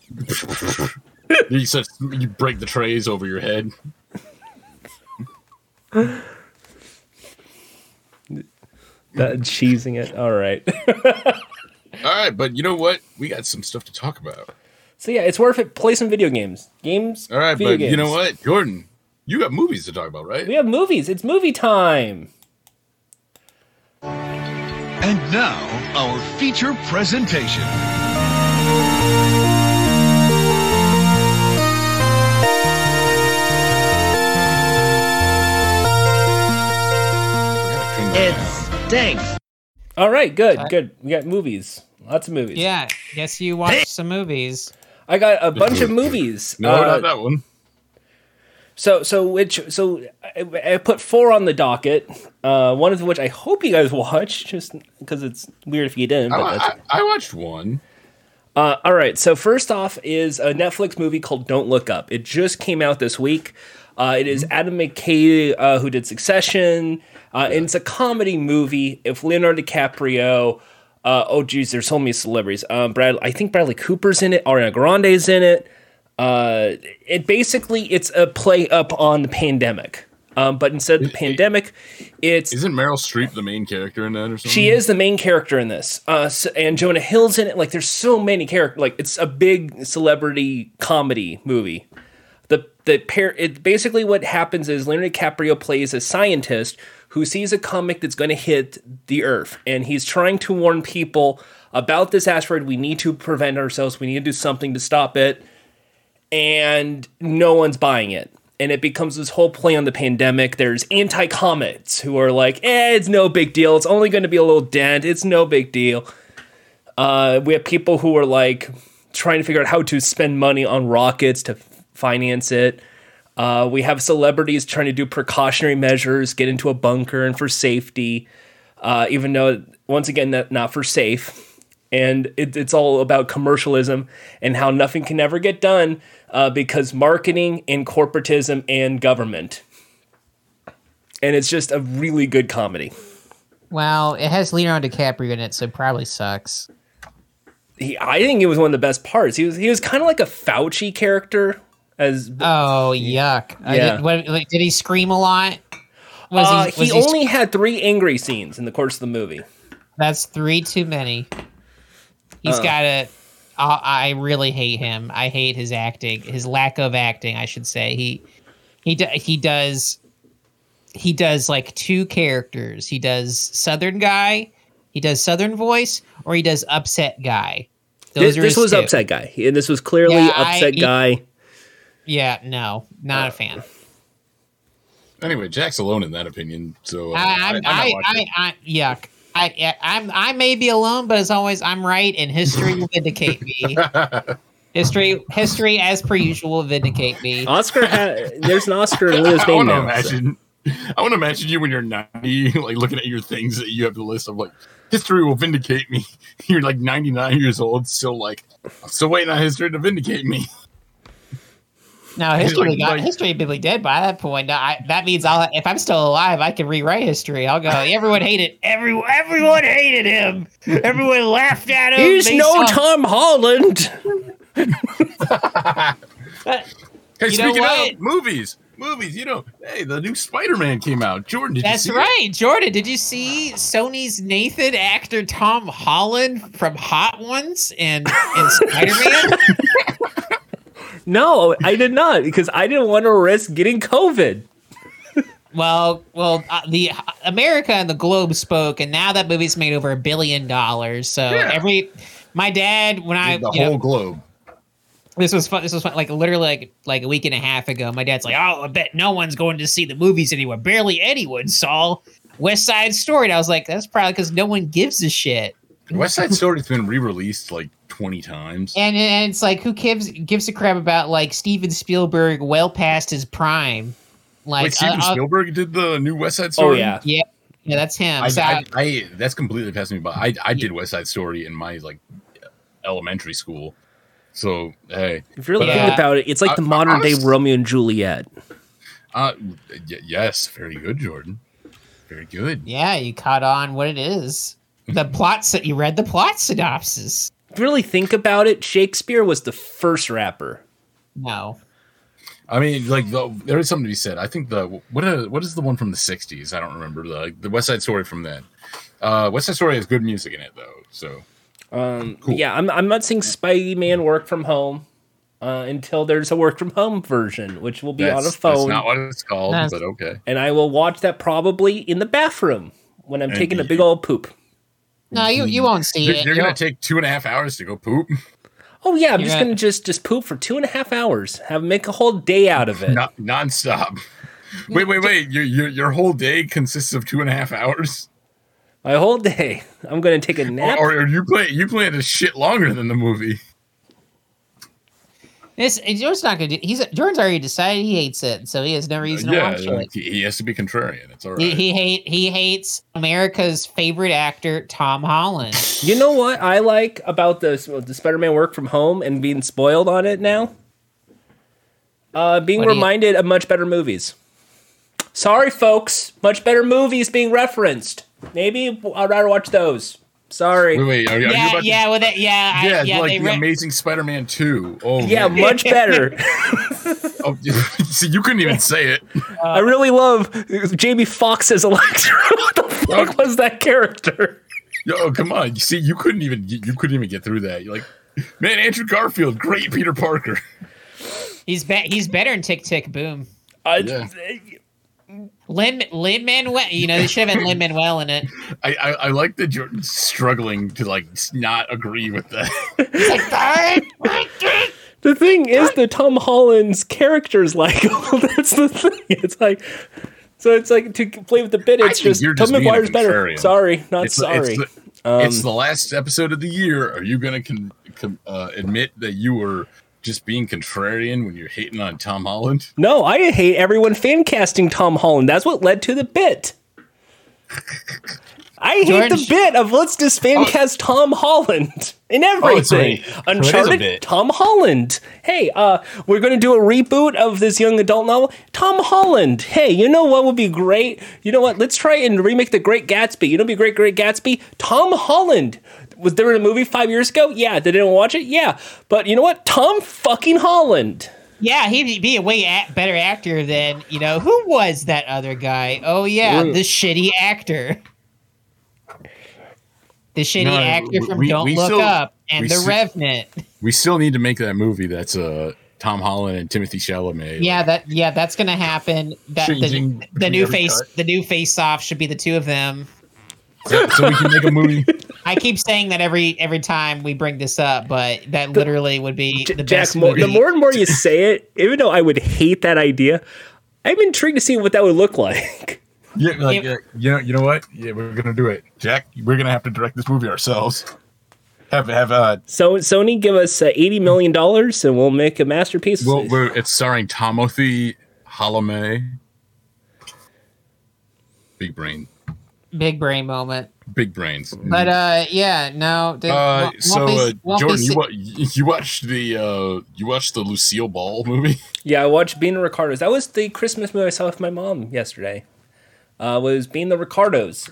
You, such, you break the trays over your head.
That, Uh, cheesing it. All right.
All right, but you know what? We got some stuff to talk about.
so yeah, it's worth it. Play some video games. Games.
All right,
video
but you know
games.
what, Jordan, you got movies to talk about, right?
We have movies. It's movie time.
And now, our feature presentation.
It stinks.
All right, good, good. We got movies. Lots of movies.
Yeah, guess you watched some movies.
I got a bunch of movies.
*laughs* No,
Uh,
not that one.
So, so which, so I, I put four on the docket. Uh, one of which I hope you guys *laughs* watch, just because it's weird if you didn't.
I,
But that's
I, I watched one.
Uh, all right. So first off is a Netflix movie called Don't Look Up. It just came out this week. Uh, it is Adam McKay uh, who did Succession. Uh, and it's a comedy movie. If Leonardo DiCaprio, uh, oh geez, there's so many celebrities. Um, Brad, I think Bradley Cooper's in it. Ariana Grande's in it. Uh, it basically it's a play up on the pandemic. Um, but instead of the pandemic, it's
Isn't Meryl Streep the main character in that or something?
she is the main character in this, uh, s and Jonah Hill's in it. Like, there's so many characters. Like, it's a big celebrity comedy movie. The the pair. It basically what happens is Leonardo DiCaprio plays a scientist who sees a comet that's going to hit the Earth, and he's trying to warn people about this asteroid. We need to prevent ourselves. We need to do something to stop it and no one's buying it. And it becomes this whole play on the pandemic. There's anti comets who are like, eh, it's no big deal. It's only going to be a little dent. It's no big deal. Uh, we have people who are like trying to figure out how to spend money on rockets to f- finance it. Uh, we have celebrities trying to do precautionary measures, get into a bunker and for safety, uh, even though, once again, that not for safe and it, it's all about commercialism and how nothing can ever get done uh, because marketing and corporatism and government. And it's just a really good comedy.
Well, it has Leonardo DiCaprio in it, so it probably sucks.
He, I think it was one of the best parts. He was he was kind of like a Fauci character as
Oh yuck! I
Yeah.
did, what, like, did he scream a lot? Was
Uh,
was
he only had three angry scenes in the course of the movie.
That's three too many. He's
Uh.
got to I I really hate him. I hate his acting, his lack of acting, I should say. He he do, he does he does like two characters. He does Southern guy, he does Southern voice, or he does upset guy.
This,
are
this
his
was
two.
upset guy. He- This was clearly
Yeah, I- e
upset
he- *laughs*
guy.
Yeah, no,
Uh.
not a fan.
Anyway, Jack's alone in that opinion. So uh,
I, I'm,
might
I,
watch
I,
it.
I, yuck. I, I, I'm, I may be alone, but as always, I'm right, and history will
*laughs*
vindicate me. history, history, as per usual, will vindicate
Uh,
me.
Oscar had there's an Oscar
*laughs*
in Leo's
I
name
want to
now.
imagine. I want to imagine you when you're 90, *laughs* like looking at your things that you have the list of, like history will vindicate me. *laughs* You're like 99 years old, still like, I'm still waiting on history to vindicate me. *laughs*
Now, history,
like-
got,
like-
history would be dead by that point. Now, I, that means I'll, if I'm still alive, I can rewrite history. I'll go. Everyone hated. Every, everyone hated him. Everyone laughed at him.
He's
They
no
saw-
Tom Holland.
Hey,
You know
speaking
what?
of movies, movies, you know, hey, the new Spider-Man came out. Jordan, did
That's
you see it?
right, Jordan. Did you see Sony's Nathan actor Tom Holland from Hot Ones and, and Spider Man?
No, I did not because I didn't want to risk getting COVID.
Well, well, uh, the America and the globe spoke, and now that movie's made over a billion dollars. So
Yeah.
every, my dad when I
The
you know,
whole globe.
this was fun. This was fun. Like literally, like like a week and a half ago, my dad's like, "Oh, I bet no one's going to see the movies anywhere. Barely anyone saw West Side Story." And I was like, "That's probably because no one gives a shit."
West Side Story's been re-released like 20 times.
And, and it's like, who gives gives a crap about like Steven Spielberg well past his prime? Like,
Wait, Steven
uh, uh,
Spielberg did the new West Side
Oh
Story.
yeah,
yeah, yeah, that's him.
I,
So-
I, I that's completely passing me by. I, I did West Side Story in my like elementary school, so hey,
if you really
But,
think
uh,
about it, it's like the
I-
modern day
honest-
Romeo and Juliet.
uh, y- yes, very good, Jordan, very good.
Yeah, you caught on what it is. The
Mm-hmm.
plot that you read the plot synopsis.
If you really think about it, Shakespeare was the first rapper.
No.
I mean, like the, there is something to be said. I think the what is, what is the one from the '60s? I don't remember the the West Side Story from then. Uh, West Side Story has good music in it though, so
Um, Yeah, I'm, I'm not seeing Spidey Man work from home uh, until there's a work from home version, which will be on a
that's, that's
phone.
not what it's called,
That's-
but okay.
and I will watch that probably in the bathroom when I'm taking a big old poop.
No, you, you won't see
You're,
it.
you're
You'll-
*laughs* gonna take two and a half hours to go
*laughs*
poop.
Oh yeah, I'm just
got-
gonna just just poop for two and a half hours. Have make a whole day out of it.
Not nonstop. Wait, wait, wait! Your your your whole day consists of two and a half hours,
My whole day. I'm gonna take a nap.
or, or you play you play it a shit longer than the movie.
This Jordan's not gonna do. He's Jordan's already decided he hates it, so he has no reason to
yeah,
watch
like,
it.
he, he has to be contrarian. It's all right.
He, he hate he hates America's favorite actor Tom Holland.
you know what I like about this the Spider-Man work from home and being spoiled on it now? Uh, being
What do you-
reminded of much better movies. Sorry, folks. Much better movies being referenced. Maybe I'd rather watch those. Sorry.
wait, wait, *laughs* are, you- are you
yeah,
about to-
yeah, with it, yeah, I-
yeah,
yeah,
like
they
the
re-
Amazing Spider-Man Two. Oh,
Yeah,
man.
much
*laughs*
better.
Oh, *laughs* see, you couldn't even say it.
Uh,
I really love uh, Jamie Foxx *laughs* as Electro. what the fuck was that character?
Yo, oh, come on. You see, you couldn't even you couldn't even get through that. You're like, man, Andrew Garfield, great Peter Parker. *laughs*
he's be- he's better in Tick Tick Boom.
I, eh,
Yeah.
Lin Lin Manuel, you know they should have had Lin Manuel in it.
I I, I like that you're struggling to like s- not agree with that. *laughs*
the thing is, the Tom Holland's character's like *laughs* that's the thing. It's like so. It's like to play with the bit. It's
think
just
you're
Tom
just being a
McGuire's better.
contrarian.
Sorry, not
It's the-
sorry.
It's the, it's the last episode of the year. Are you gonna con, con, uh, admit that you were just being contrarian when you're hating on Tom Holland?
no, I hate everyone fan casting Tom Holland. That's what led to the bit. I hate the
George-
bit of let's just fan cast Tom Holland in everything.
right. Oh. So it is a
Uncharted,
bit.
Tom Holland. Hey, uh, we're gonna do a reboot of this young adult novel. Tom Holland. Hey, you know what would be great? You know what? Let's try and remake The Great Gatsby. You know, what would be great, Great Gatsby. Tom Holland. Was there in a movie five years ago? Yeah. They didn't watch it. Yeah. But you know what? Tom fucking Holland.
Yeah, he'd be a way a- better actor than you know who was that other guy? Oh yeah, the shitty actor, the shitty
No,
actor from
we-
Don't
we
Look
still-
Up and
we
The
still-
Revenant.
We still need to make that movie. That's uh Tom Holland and Timothy Chalamet.
Yeah, that yeah, that's gonna happen. That the,
Changing
the new
every
face,
cut.
the new face off should be the two of them.
so, so we can make a movie.
I keep saying that every every time we bring this up, but that literally would be
J-
the
Jack,
best
more,
movie.
the more and more *laughs* you say it, even though I would hate that idea, I'm intrigued to see what that would look like. *laughs*
Yeah, like
Yeah.
uh, you know, you know what? Yeah, we're gonna do it, Jack. We're gonna have to direct this movie ourselves. Have have uh,
So Sony give us uh, eighty million dollars and we'll make a masterpiece.
well, we're, it's starring Timothy Chalamet. Big brain,
big brain moment.
big brains.
But uh, yeah, no. dude,
Hmm. Uh,
won't-
so
won't be-
uh,
won't be
Jordan, you,
se-
wa- you watched the uh, you watched the Lucille Ball
*laughs*
movie.
yeah, I watched Being the Ricardos. That was the Christmas movie I saw with my mom yesterday. Uh, was Being the Ricardos.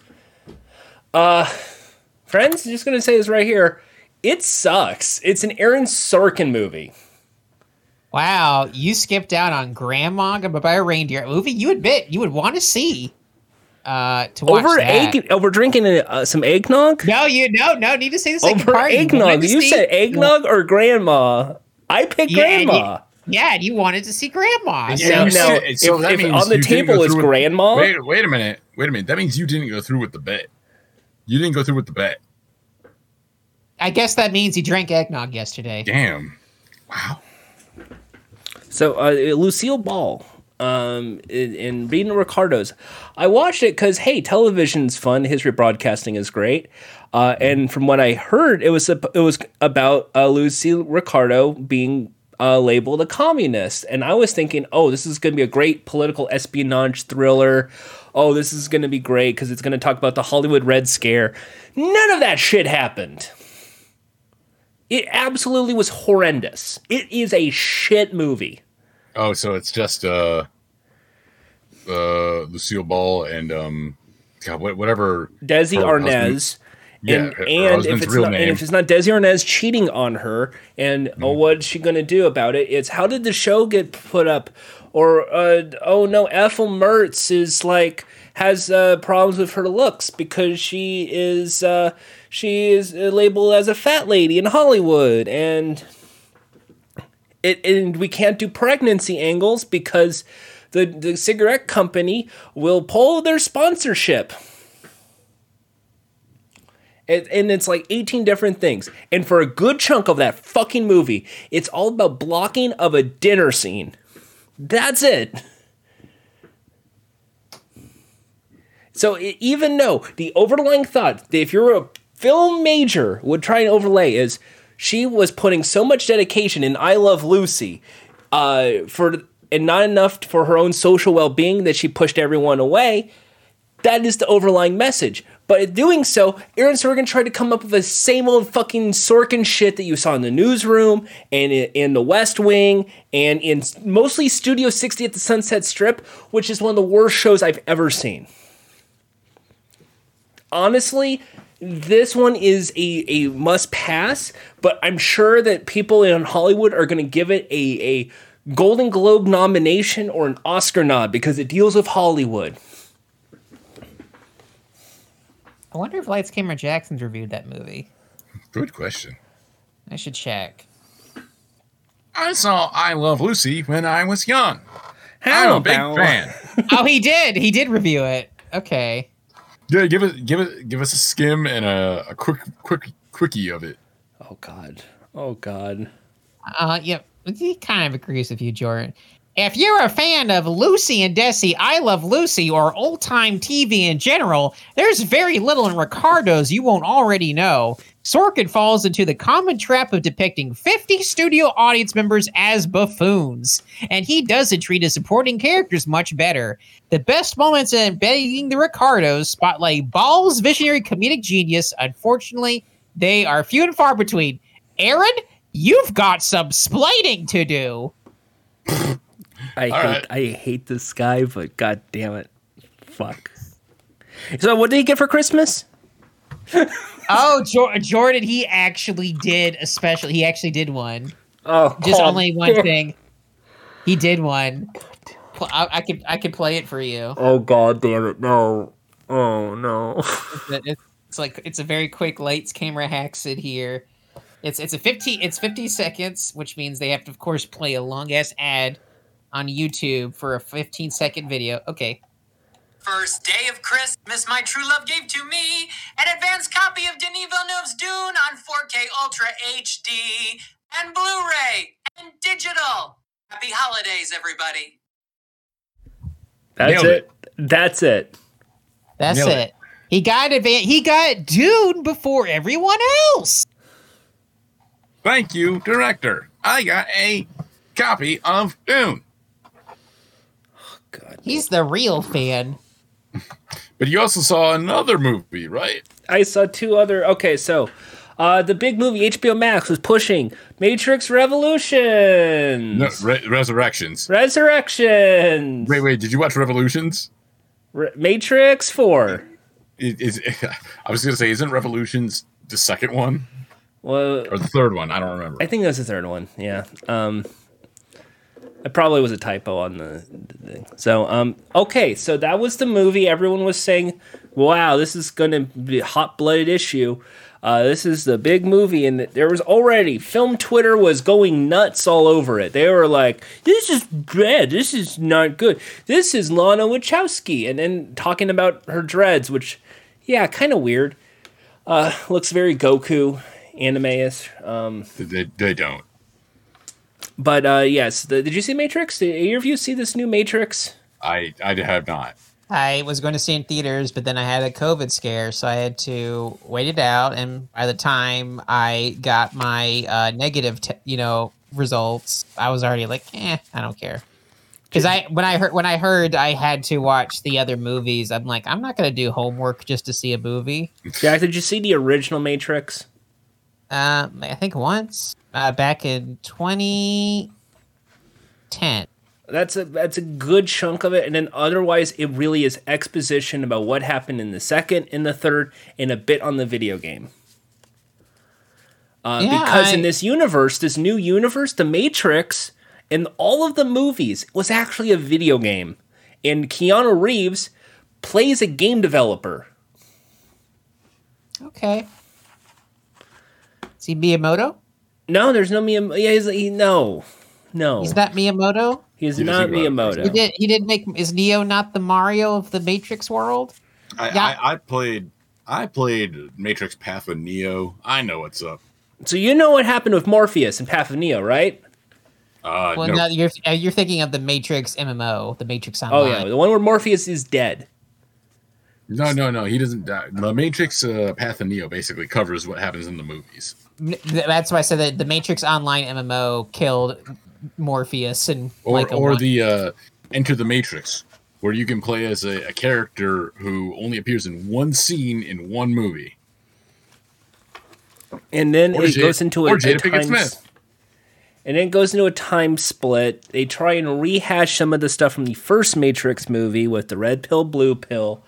Uh, friends, just gonna say this right here. It sucks. It's an Aaron Sorkin movie.
Wow, you skipped out on Grandma Goodbye by a Reindeer a movie. You admit you would want to see uh, to watch
over
that.
egg, over drinking uh, some eggnog.
No, you no no need to say the second
over
part. You
eggnog.
wanted to
You
see-
said eggnog or grandma. I picked
Yeah, and
grandma.
You, yeah, and you wanted to see Grandma.
Yeah,
So
you
now,
said- so
if-
that
if
means
on the
you didn't go
table is
through with-
grandma,
Wait, wait a minute, wait a minute. That means you didn't go through with the bet. You didn't go through with the bet.
I guess that means he drank eggnog yesterday.
Damn. Wow.
So uh, Lucille Ball um, in, in Being the Ricardos, I watched it because hey, television's fun. History broadcasting is great, uh, and from what I heard, it was a, it was about uh, Lucille Ricardo being. Uh, labeled a communist, and I was thinking, oh, this is going to be a great political espionage thriller. Oh, this is going to be great because it's going to talk about the Hollywood Red Scare. None of that shit happened. It absolutely was horrendous. It is a shit movie.
Oh, so it's just uh, uh, Lucille Ball and um, God, what, whatever.
Desi
Her husband.
Arnaz
Yeah,
and,
her
and if
husband's
it's
real
not, and
name. Mm.
if it's not Desi Arnaz cheating on her, and oh, what's she gonna do about it? It's how did the show get put up, or uh, oh no, Ethel Mertz is like has uh, problems with her looks because she is uh, she is labeled as a fat lady in Hollywood, and it and we can't do pregnancy angles because the the cigarette company will pull their sponsorship. It, and it's like 18 different things. And for a good chunk of that fucking movie, it's all about blocking of a dinner scene. That's it. So e- even though the overlying thought, that if you're a film major, would try and overlay is she was putting so much dedication in I Love Lucy uh, for and not enough for her own social well being that she pushed everyone away. That is the overlying message. But in doing so, Aaron Sorkin tried to come up with the same old fucking Sorkin shit that you saw in the newsroom and in, in the West Wing and in s- mostly Studio 60 at the Sunset Strip, which is one of the worst shows I've ever seen. Honestly, this one is a, a must pass, but I'm sure that people in Hollywood are going to give it a, a Golden Globe nomination or an Oscar nod because it deals with Hollywood.
I wonder if Lights Camera Jackson's reviewed that movie.
Good question.
I should
*laughs*
check.
I saw I Love Lucy when I was young. I'm
How
a big
about-
fan.
oh, he did. He did review it. Okay.
Yeah, give us give it give us a skim and a, a quick quick quickie of it.
Oh god. Oh god.
Uh, yep. He kind of agrees with you, Jordan. If you're a fan of Lucy and Desi, I Love Lucy, or old time TV in general, there's very little in Ricardo's you won't already know. Sorkin falls into the common trap of depicting 50 studio audience members as buffoons, and he doesn't treat his supporting characters much better. The best moments in Begging the Ricardos spotlight Ball's visionary comedic genius. Unfortunately, they are few and far between. Aaron, you've got some splaining to do.
I hate
right.
I hate this guy, but god damn it. Fuck. So what did he get for Christmas?
Oh, Jor- Jordan, he actually did a special. He actually did one.
Oh
Just
God. *laughs*
only one thing. He did one. Pl- I, I could I could play it for you.
Oh god damn it. No. Oh no.
But It's, it's like it's a very quick lights camera hacks in here. It's it's a fifty it's fifty seconds, which means they have to of course play a long ass ad on YouTube for a fifteen second video. Okay,
First day of Christmas, my true love gave to me an advance copy of Denis Villeneuve's Dune on 4K Ultra HD and Blu ray and digital. Happy holidays, everybody.
*laughs* That's
Nailed
it. That's it.
that's
Nailed
it.
it.
He got advan- He got Dune before everyone else.
Thank you, director. I got a copy of Dune.
God.
He's the real fan.
But you also saw another movie, right?
I saw two other okay, so uh the big movie HBO Max was pushing Matrix Revolutions.
No, Re- Resurrections.
Resurrections.
Wait, wait. Did you watch Revolutions?
Re- Matrix 4.
Is, *laughs* is I was gonna say, isn't Revolutions the second one
Well,
or the third one? I don't remember.
I think that's the third one. Yeah. Um, it probably was a typo on the, the thing. So, um, okay, so that was the movie. Everyone was saying, "Wow, this is going to be a hot-blooded issue. Uh, this is the big movie." And there was already film Twitter was going nuts all over it. They were like, "This is bad. This is not good. This is Lana Wachowski," and then talking about her dreads, which, yeah, kind of weird. Uh, looks very Goku anime-ish. Um,
They, they don't.
but uh yes, the, did you see Matrix? Did either of you see this new Matrix?
I I have not.
I was going to see it in theaters, but then I had a COVID scare, so I had to wait it out. And by the time I got my uh, negative, te- you know, results, I was already like, eh, I don't care. Because I when I heard when I heard I had to watch the other movies, I'm like, I'm not going to do homework just to see a movie.
Jack, did you see the original Matrix?
Um, I think once uh, back in 2010.
That's a that's a good chunk of it, and then otherwise it really is exposition about what happened in the second and the third, and a bit on the video game. Uh,
Yeah,
because in
I-
this universe, this new universe, the Matrix, and all of the movies was actually a video game, and Keanu Reeves plays a game developer.
Okay. Is he Miyamoto?
No, there's no Miyamoto. Yeah, he's, he, no, no,
Is that Miyamoto?
he's
He doesn't
not
think about
Miyamoto.
He did. He did make. Is Neo not the Mario of the Matrix world?
I,
Yeah.
I, I played I played Matrix Path of Neo. I know what's up.
So you know what happened with Morpheus and Path of Neo, right?
Uh,
Well,
no,
no, you're uh, you're thinking of the Matrix MMO, the Matrix Online.
Oh yeah, the one where Morpheus is dead.
no, no, no. He doesn't die. The Matrix uh, Path of Neo basically covers what happens in the movies.
N- th- That's why I said that the Matrix Online MMO killed Morpheus and
Or
like a
or
one-
the uh, Enter the Matrix, where you can play as a, a character who only appears in one scene in one movie.
And then
Or
it
Jada-
goes into a,
or
a
Jada Pinkett
time
Smith.
And then it goes into a time split. They try and rehash some of the stuff from the first Matrix movie with the red pill, blue pill.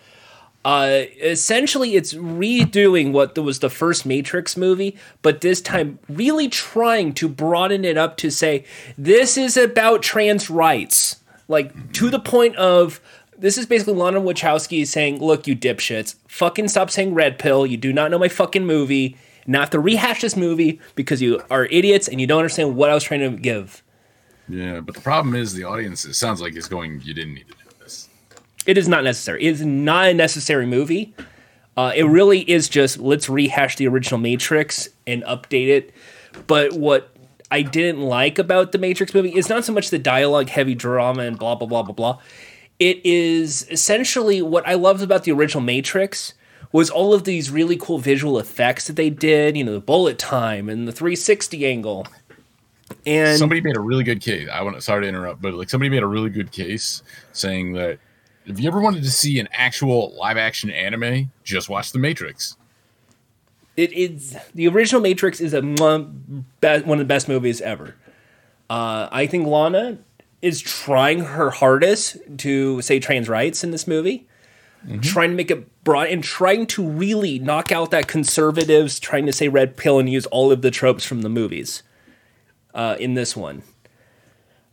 Uh, essentially, it's redoing what was the first Matrix movie, but this time really trying to broaden it up to say this is about trans rights, like to the point of this is basically Lana Wachowski saying, "Look, you dipshits, fucking stop saying red pill. You do not know my fucking movie. Not to rehash this movie because you are idiots and you don't understand what I was trying to give."
Yeah, but the problem is the audience. It sounds like it's going. You didn't need to do this.
it is not necessary. It is not a necessary movie. Uh, it really is just let's rehash the original Matrix and update it. But what I didn't like about the Matrix movie is not so much the dialogue heavy drama and blah blah blah blah blah. It is essentially what I loved about the original Matrix was all of these really cool visual effects that they did. You know, the bullet time and the 360 angle. And
somebody made a really good case. I want to sorry to interrupt, but like somebody made a really good case saying that if you ever wanted to see an actual live action anime, just watch The Matrix.
it is the original Matrix is a mon- be- one of the best movies ever. Uh, I think Lana is trying her hardest to say trans rights in this movie, trying to make it broad and trying to really knock out that conservatives trying to say red pill and use all of the tropes from the movies uh, in this one.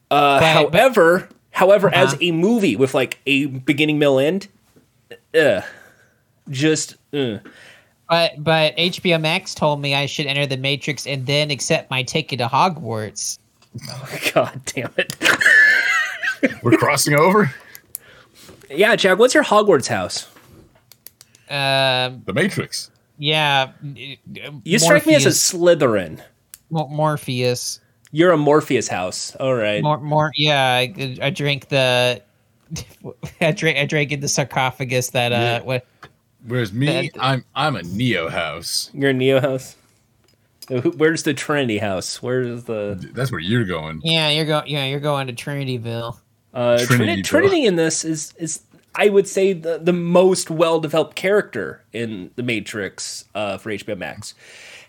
Uh,
But-
however, however, as a movie with like a beginning, middle, end, uh, just. Uh, *laughs*
but but HBO Max told me I should enter the Matrix and then accept my ticket to Hogwarts.
God damn it.
We're crossing over
Yeah, Jack, what's your Hogwarts house?
Um,
The Matrix.
yeah,
You strike me as a Slytherin.
Morpheus.
You're a Morpheus house. All right.
More, more. Yeah, I, I drank the. *laughs* I drank. I drank in the sarcophagus that. Uh, what?
Whereas me,
Bad.
I'm I'm a Neo house.
You're a Neo house. Uh, who- Where's the Trinity house? Where's the
That's where you're going.
Yeah, you're going. Yeah, you're going to Trinityville.
uh, Trinity?
Trinity, bro.
Trinity in this is is I would say the, the most well developed character in the Matrix uh, for HBO Max.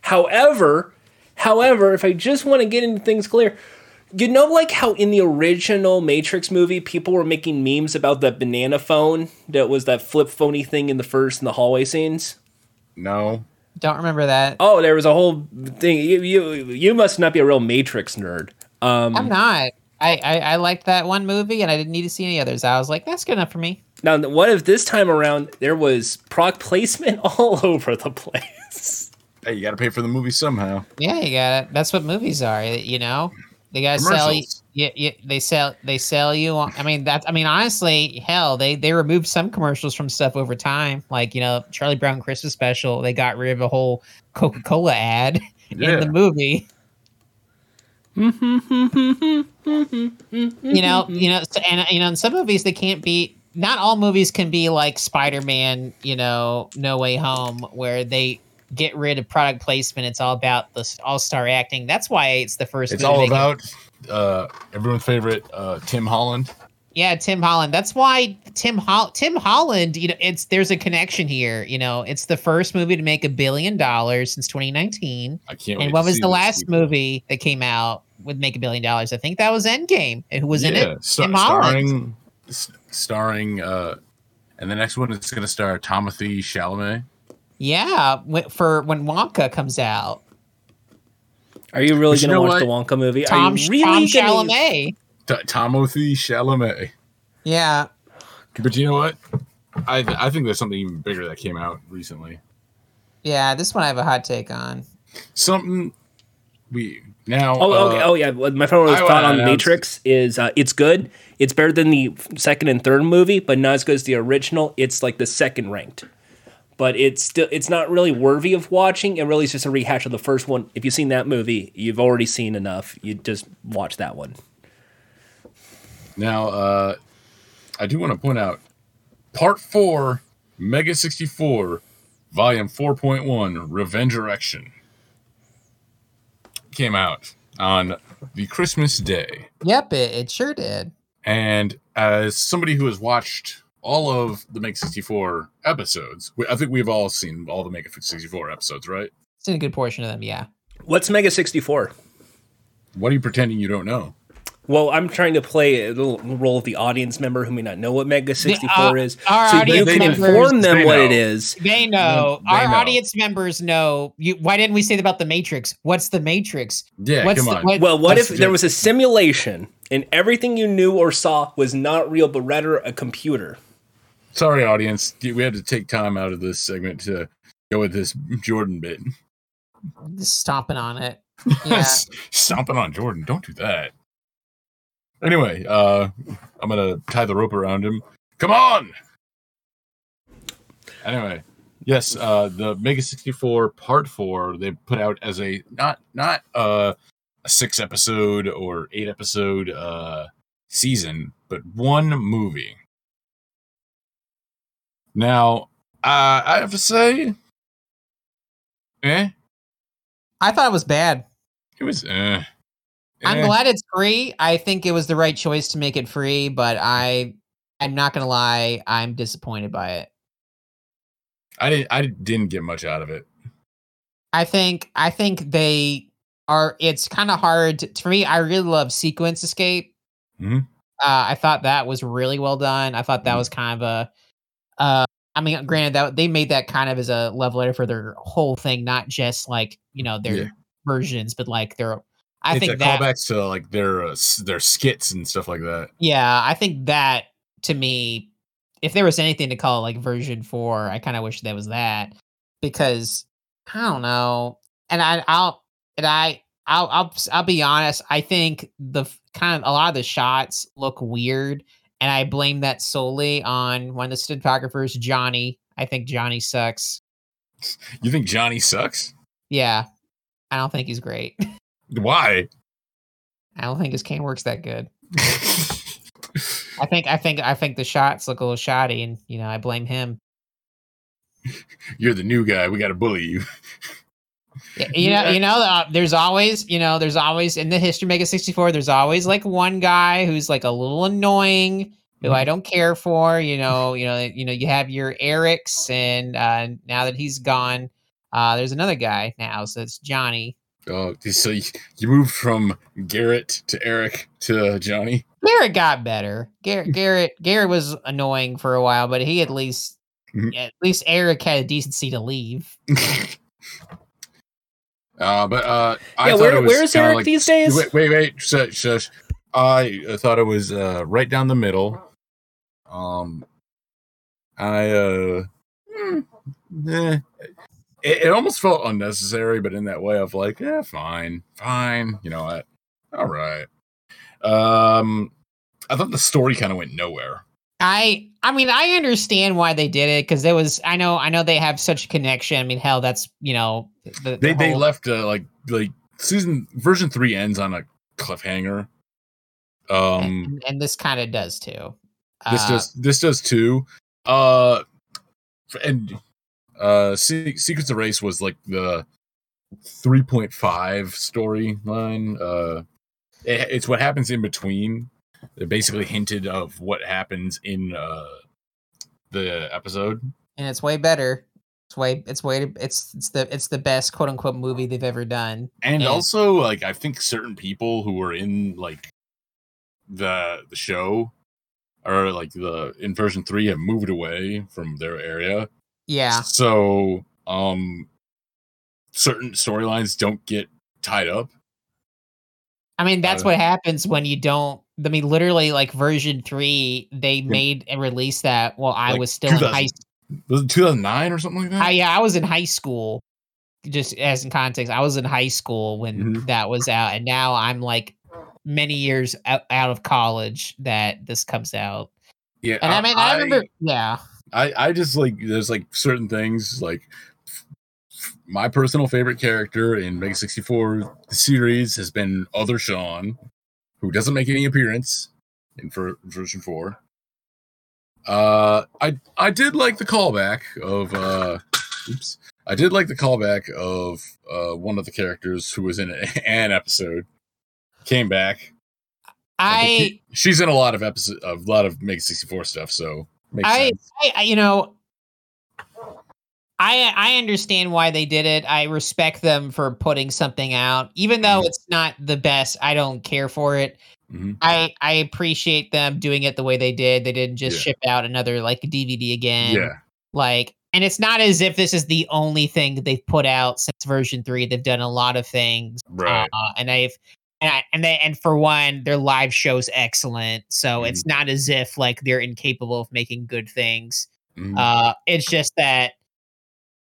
However, however, if I just want to get into things clear, you know, like how in the original Matrix movie, people were making memes about that banana phone that was that flip phony thing in the first in the hallway scenes.
No,
Don't remember that.
Oh, there was a whole thing. You you, you must not be a real Matrix nerd. Um,
I'm not. I, I I liked that one movie, and I didn't need to see any others. I was like, that's good enough for me.
now, what if this time around there was proc placement *laughs* all over the place?
hey, you got to pay for the movie somehow.
Yeah, you got it. That's what movies are. You know, they gotta sell. You,
Commercials.
yeah, yeah, they sell. They sell you. On, I mean, that's. I mean, honestly, hell, they they removed some commercials from stuff over time. Like you know, Charlie Brown Christmas special. They got rid of a whole Coca Cola ad *laughs*
Yeah.
in the movie. you know, you know, so- and you know, in some movies they can't be. Not all movies can be like Spider-Man, you know, No Way Home, where they get rid of product placement. It's all about the s- all-star acting. That's why it's the first.
It's
movie
all
they-
about uh, everyone's favorite uh, Tim Holland.
yeah, Tim Holland. That's why Tim Hol- Tim Holland. You know, it's there's a connection here. You know, it's the first movie to make a billion dollars since 2019.
I can't.
And
wait
what
to
was
see
the
this
last
sequel.
movie that came out would make a billion dollars. I think that was Endgame. Who was in it?
star-
Tim Holland.
starring, s- starring, uh, and the next one is going to star Timothy Chalamet.
Yeah, wi- for when Wonka comes out,
Are you really
But you
going
know
to watch the Wonka movie?
Tom,
Are you really
Tom
gonna-
Chalamet.
T- Timothy Chalamet.
Yeah,
But you know what? I th- I think there's something even bigger that came out recently.
yeah. This one I have a hot take on.
Something we now.
Oh, okay.
uh,
oh yeah. Well, My final
I
thought
wanna
on the
announce-
Matrix is uh, it's good. It's better than the f- second and third movie, but not as good as the original. It's like the second ranked, but it's still it's not really worthy of watching. It really is just a rehash of the first one. If you've seen that movie, you've already seen enough. You just watch that one.
Now, uh, I do want to point out part four, Mega 64, volume 4.1, Revenge Erection, came out on the Christmas day.
Yep, it, it sure did.
And as somebody who has watched all of the Mega 64 episodes, we- I think we've all seen all the Mega 64 episodes, right?
It's in a good portion of them. Yeah.
What's Mega sixty four?
What are you pretending you don't know?
Well, I'm trying to play a little role of the audience member who may not know what Mega sixty four is,
our
so you
audience
can
members-
inform them
They
what
know.
it is.
They know.
They
Our
know.
audience members know. You, why didn't we say about the Matrix? What's the Matrix?
Yeah,
What's
come
the,
on.
Well, what if
That's
there
ju-
was a simulation and everything you knew or saw was not real, but rather a computer?
Sorry, audience. We had to take time out of this segment to go with this Jordan bit.
stomping on *laughs* it? Yeah.
*laughs* Stomping on Jordan. Don't do that. Anyway, uh, I'm gonna tie the rope around him. Come on. Anyway, yes, uh, the Mega 64 Part Four they put out as a not not uh, a six episode or eight episode uh, season, but one movie. Now, uh, I have to say, eh,
I thought it was bad.
it was. Eh.
I'm
Eh.
glad it's free. I think it was the right choice to make it free, but I, I'm not gonna lie, I'm disappointed by it.
I didn't. I didn't get much out of it.
I think I think they are. It's kind of hard to, for me. I really love Sequence Escape.
Mhm.
Uh, I thought that was really well done. I thought that
Mhm.
was kind of a. Uh, I mean, granted that they made that kind of as a love letter for their whole thing, not just like you know their
Yeah.
versions, but like their. I
it's
think
a
that
callbacks to like their uh, s- their skits and stuff like that.
yeah, I think that to me, if there was anything to call like version four, I kind of wish there was that because I don't know, and I I'll and I I'll I'll I'll be honest, I think the f- kind of a lot of the shots look weird, and I blame that solely on one of the cinematographers, Johnny. I think Johnny sucks.
You think Johnny sucks?
Yeah, I don't think he's great. *laughs*
Why? *laughs*
I don't think his cane works that good. I think I think I think the shots look a little shoddy, and you know I blame him.
You're the new guy. We got to bully you.
Yeah, you know, you know, uh, there's always, you know, there's always in the history of Mega 64, there's always like one guy who's like a little annoying who I don't care for. You know, you know, you know, you have your Eric's, and uh, now that he's gone, uh, there's another guy now, so it's Johnny.
Oh, so you, you moved from Garrett to Eric to Johnny.
Garrett got better. Garrett, Garrett, Garrett was annoying for a while, but he at least,
Mhm.
at least Eric had a decency to leave.
*laughs* Uh, but uh, I
yeah,
thought
where,
it was
where is
kinda
Eric
like-
these days?
Wait, wait, wait. Shush, shush. I uh, thought it was uh, right down the middle. Um, I uh,
Hmm.
mm, eh. it, it almost felt unnecessary, but in that way of like, yeah, fine, fine. You know what? All right. Um, I thought the story kind of went nowhere.
I I mean I understand why they did it because there was I know I know they have such a connection. I mean hell that's you know the, the
They they
whole-
left uh, like like season version three ends on a cliffhanger. Um.
and, and this kind of does too.
this
Uh,
does this does too uh f- and uh Se- secrets of race was like the 3.5 storyline uh it, it's what happens in between they basically hinted of what happens in uh the episode
and it's way better. It's way it's way it's it's the it's the best quote unquote movie they've ever done.
and
Yeah.
also like i think certain people who were in like the the show or like the in version 3 have moved away from their area
Yeah.
so um certain storylines don't get tied up
I mean, that's
Uh,
what happens when you don't. I mean, literally, like version three, they made and released that while I
Like,
was still in
2000.
high.
was it 2009 or something like that
I, yeah, I was in high school. Just as in context, I was in high school when
Mhm.
that was out, and now I'm like many years out, out of college that this comes out.
yeah
And I, mean, I, remember, yeah,
I, I just like there's like certain things like f- f- my personal favorite character in Mega 64 series has been Other Sean, who doesn't make any appearance in for version four. Uh, I I did like the callback of uh, oops, I did like the callback of uh one of the characters who was in *laughs* an episode came back.
I,
think she's in a lot of episode a lot of Mega 64 stuff, so makes
I,
sense.
I, I- you know, I, I understand why they did it. I respect them for putting something out, even though
Mhm.
it's not the best. I don't care for it.
Mhm.
I, I appreciate them doing it the way they did. They didn't just
Yeah.
ship out another like DVD again.
Yeah.
Like, and it's not as if this is the only thing that they've put out since version three. They've done a lot of things,
Right.
uh, and I've and I, and they and for one, their live show's excellent. So it's not as if like they're incapable of making good things.
Mhm.
Uh, it's just that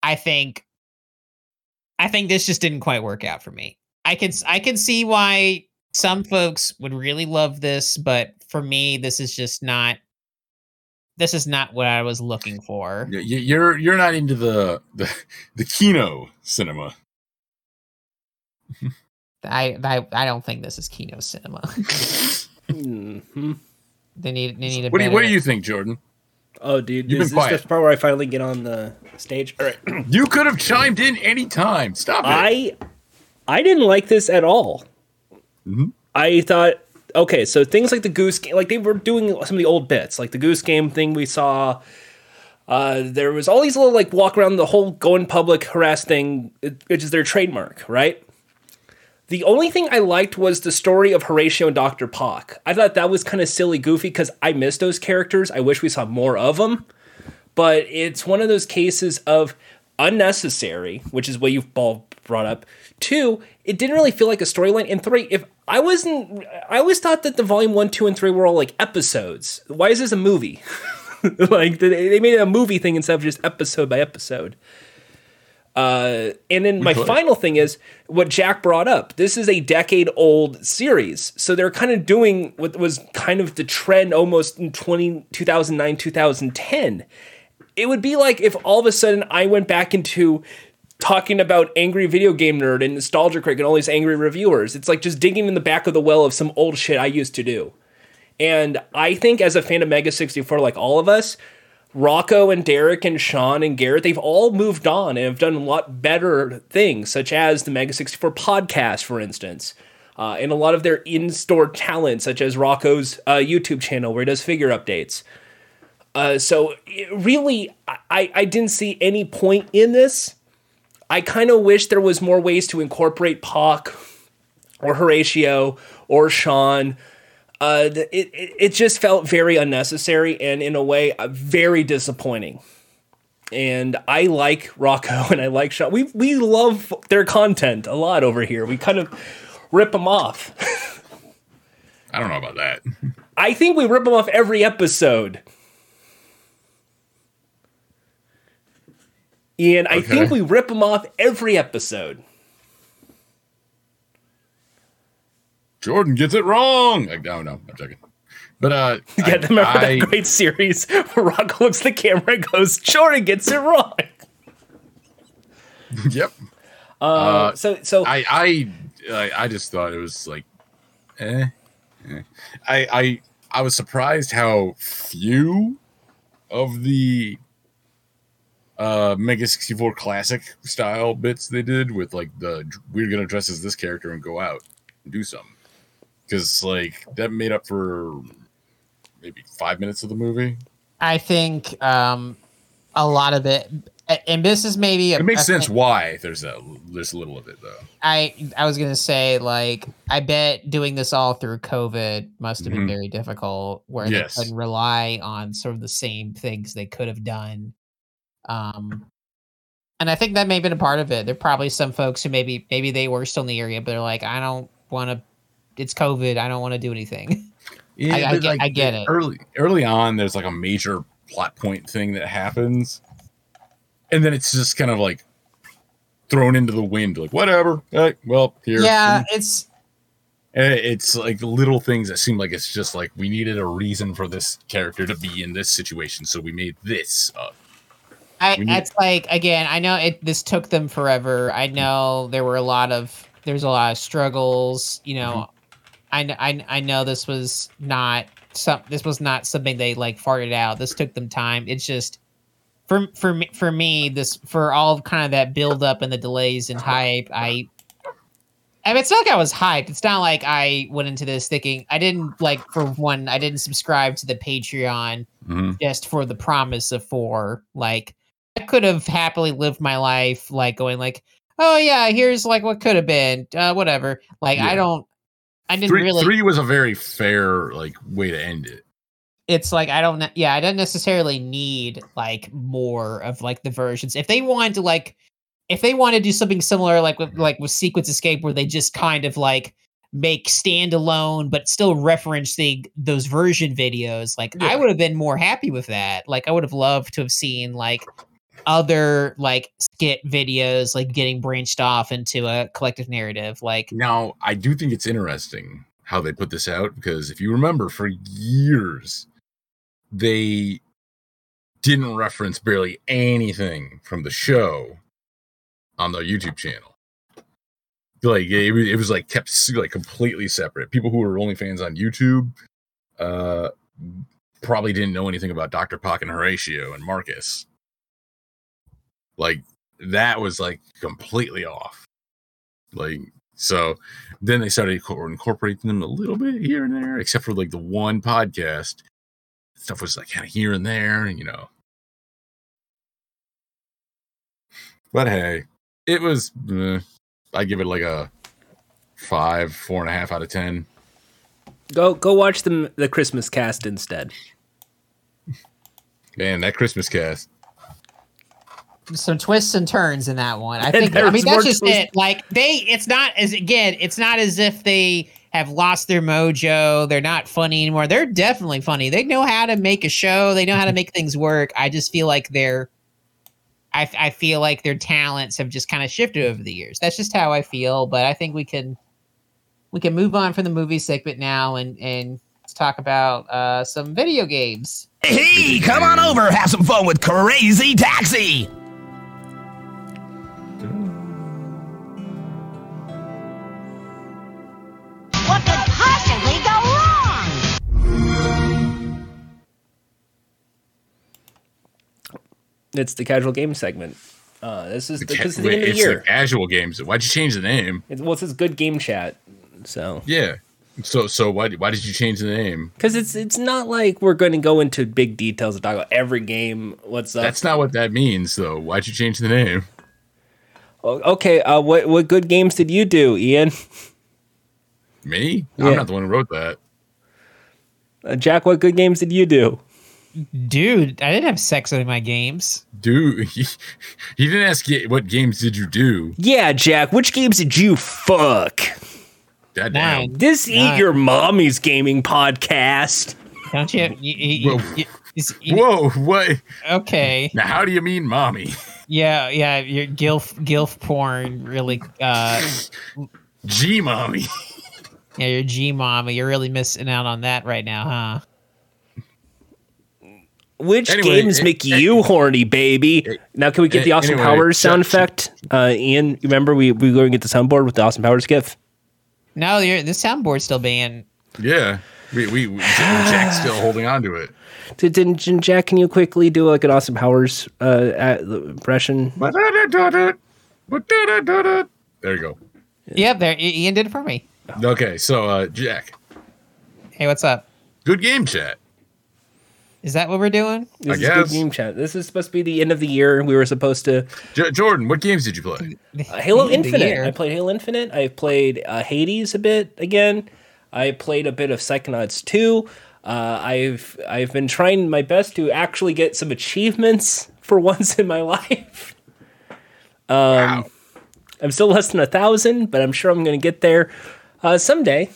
I think I think this just didn't quite work out for me. I can s- I can see why some folks would really love this, but for me, this is just not. This is not what I was looking for.
Y- y- You're you're not into the the, the Kino cinema.
I, I I don't think this is Kino cinema. *laughs*
Mhm.
they need they need a
What do you, what do
better-
you think, Jordan?
Oh, dude,
You've
is
been
this
quiet.
the part where I finally get on the stage? All right.
You could have chimed in any time. Stop it.
I I didn't like this at all.
Mm-hmm.
I thought, okay, so things like the goose game, like they were doing some of the old bits, like the goose game thing we saw. Uh, there was all these little like walk around the whole going public harass thing, it- which is their trademark, right? The only thing I liked was the story of Horatio and Dr. Pock. I thought that was kind of silly, goofy, because I miss those characters. I wish we saw more of them but it's one of those cases of unnecessary, which is what you've all brought up. Two, it didn't really feel like a storyline. And three, if I wasn't, I always thought that the volume one, two, and three were all like episodes. Why is this a movie? *laughs* like they they made it a movie thing instead of just episode by episode. Uh, and then my
could.
final thing is what Jack brought up. This is a decade old series. So they're kind of doing what was kind of the trend almost in 20, 2009, 2010 it would be like if all of a sudden I went back into talking about angry video game nerd and nostalgia critic and all these angry reviewers. It's like just digging in the back of the well of some old shit I used to do. And I think as a fan of Mega 64, like all of us, Rocco and Derek and Sean and Garrett, they've all moved on and have done a lot better things, such as the Mega 64 podcast, for instance, uh, and a lot of their in store talent, such as Rocco's uh, YouTube channel where he does figure updates. Uh, so it really, I, I didn't see any point in this. I kind of wish there was more ways to incorporate Pac or Horatio or Sean. Uh, th- it, it, it just felt very unnecessary and in a way uh, very disappointing. And I like Rocco *laughs* and I like Sean. We, we love their content a lot over here. We kind of rip them off.
I don't know about that.
I think we rip them off every episode. Ian, I
Okay.
think we rip them off every episode.
Jordan gets it wrong. Like, no, no, I'm joking. But uh,
*laughs* Yeah, remember
I,
that great series where Rock looks at the camera and goes, Jordan gets it wrong.
yep.
Uh, so, so
I I I- I just thought it was like, eh. eh. I I I was surprised how few of the uh Mega 64 classic style bits they did with like the dr- we're gonna dress as this character and go out and do something because like that made up for maybe five minutes of the movie.
I think um, a lot of it, a- and this is maybe a,
It makes
a-
sense why there's a there's little of it though.
I I was gonna say like I bet doing this all through COVID must have been
Mhm.
very difficult, where
Yes.
they could rely on sort of the same things they could have done. Um, and I think that may have been a part of it. There are probably some folks who maybe maybe they were still in the area, but they're like, I don't want to. It's COVID. I don't want to do anything.
Yeah,
I
but,
get- I get it.
Early early on, there's like a major plot point thing that happens, and then it's just kind of like thrown into the wind. Like whatever. Hey, well, here.
yeah, it's
And It's like little things that seem like it's just like we needed a reason for this character to be in this situation, so we made this up.
I,
We need-
it's like again, I know it. This took them forever. I know there were a lot of there's a lot of struggles. You know,
Mm-hmm.
I kn- I kn- I know this was not some. This was not something they like farted out. This took them time. It's just for for me for me this for all of kind of that build up and the delays and hype. I. I mean, it's not like I was hyped. It's not like I went into this thinking I didn't like. For one, I didn't subscribe to the Patreon
Mm.
just for the promise of four. Like I could have happily lived my life, like going like, oh yeah, here's like what could have been, uh, whatever. Like
Yeah.
I don't, I didn't
Three,
really.
three was a very fair like way to end it.
It's like I don't, ne- yeah, I don't necessarily need like more of like the versions. If they wanted to like, if they want to do something similar, like with like with Sequence Escape, where they just kind of like make standalone but still referencing those version videos like i
Yeah.
would have been more happy with that like i would have loved to have seen like other like skit videos like getting branched off into a collective narrative like
Now, I do think it's interesting how they put this out because if you remember, for years they didn't reference barely anything from the show on their YouTube channel. Like it, wa- it was like kept s- like completely separate. People who were only fans on YouTube uh, probably didn't know anything about Doctor Pock and Horatio and Marcus. Like that was like completely off. Like so then they started co- incorporating them a little bit here and there, except for like the one podcast. Stuff was like kind of here and there, you know. But hey, it was. eh, I give it like a five, four and a half out of ten.
Go go watch the the Christmas cast instead.
Man, that Christmas cast.
some twists and turns in that one. I think. I
there's
mean,
more
that's just
twists.
it. Like they, it's not as again, it's not as if they have lost their mojo. They're not funny anymore. They're definitely funny. They know how to make a show. They know how to make things work. I just feel like they're. I, I feel like their talents have just kind of shifted over the years. That's just how I feel. But I think we can, we can move on from the movie segment now and and let's talk about uh, some video games.
Hey, come on over, have some fun with Crazy Taxi!
What could possibly go wrong?
It's the casual game segment. Uh, this is the,
ca-
this is the end of the
it's the
year.
casual games. Why'd you change the name?
It's, well, it says good game chat. So
Yeah. So so why why did you change the name?
because it's it's not like we're going to go into big details and talk about every game. What's up?
That's not what that means though. Why'd you change the name?
O- okay. Uh, what what good games did you do, Ian?
Me?
Yeah.
I'm not the one who wrote that.
Uh, Jack, what good games did you do?
Dude, I didn't have sex in my games.
Dude, he, he didn't ask ga- what games did you do.
Yeah, Jack, which games did you fuck?
God damn.
None.
This eat
None.
your mommy's gaming podcast.
Don't you? you, you-
Whoa.
you- is- you-
Whoa, what?
okay.
Now, how do you mean mommy? *laughs*
Yeah, yeah. Your gilf gilf porn really. uh
Gee, mommy.
Yeah, your G mama. You're really missing out on that right now, huh?
Which
Anyway,
games
it-
make you horny, baby? now, can we get the
it-
Austin
anyway,
Powers
shut-
sound
shut-
effect? Uh, Ian, remember we we were going to get the soundboard with the Austin Powers gif.
No, you're, the soundboard's still banned.
Yeah. We, we, we-
*sighs*
Jack's still holding on to it.
Did, did, did- Jack? Can you quickly do like an Austin Powers uh, at, impression?
There you go.
Yep, there. I- Ian did it for me.
Okay, so, uh, Jack,
Hey, what's up?
good game chat.
Is that what we're doing?
This
I
is
guess.
good game chat. This is supposed to be the end of the year. We were supposed to
J- Jordan, what games did you play?
uh, Halo
End of the
Infinite.
year.
I played Halo Infinite. I played uh, Hades a bit again. I played a bit of Psychonauts 2. Uh, I've I've been trying my best to actually get some achievements *laughs* for once in my life. Um,
wow.
I'm still less than a thousand, but I'm sure I'm going to get there uh, someday.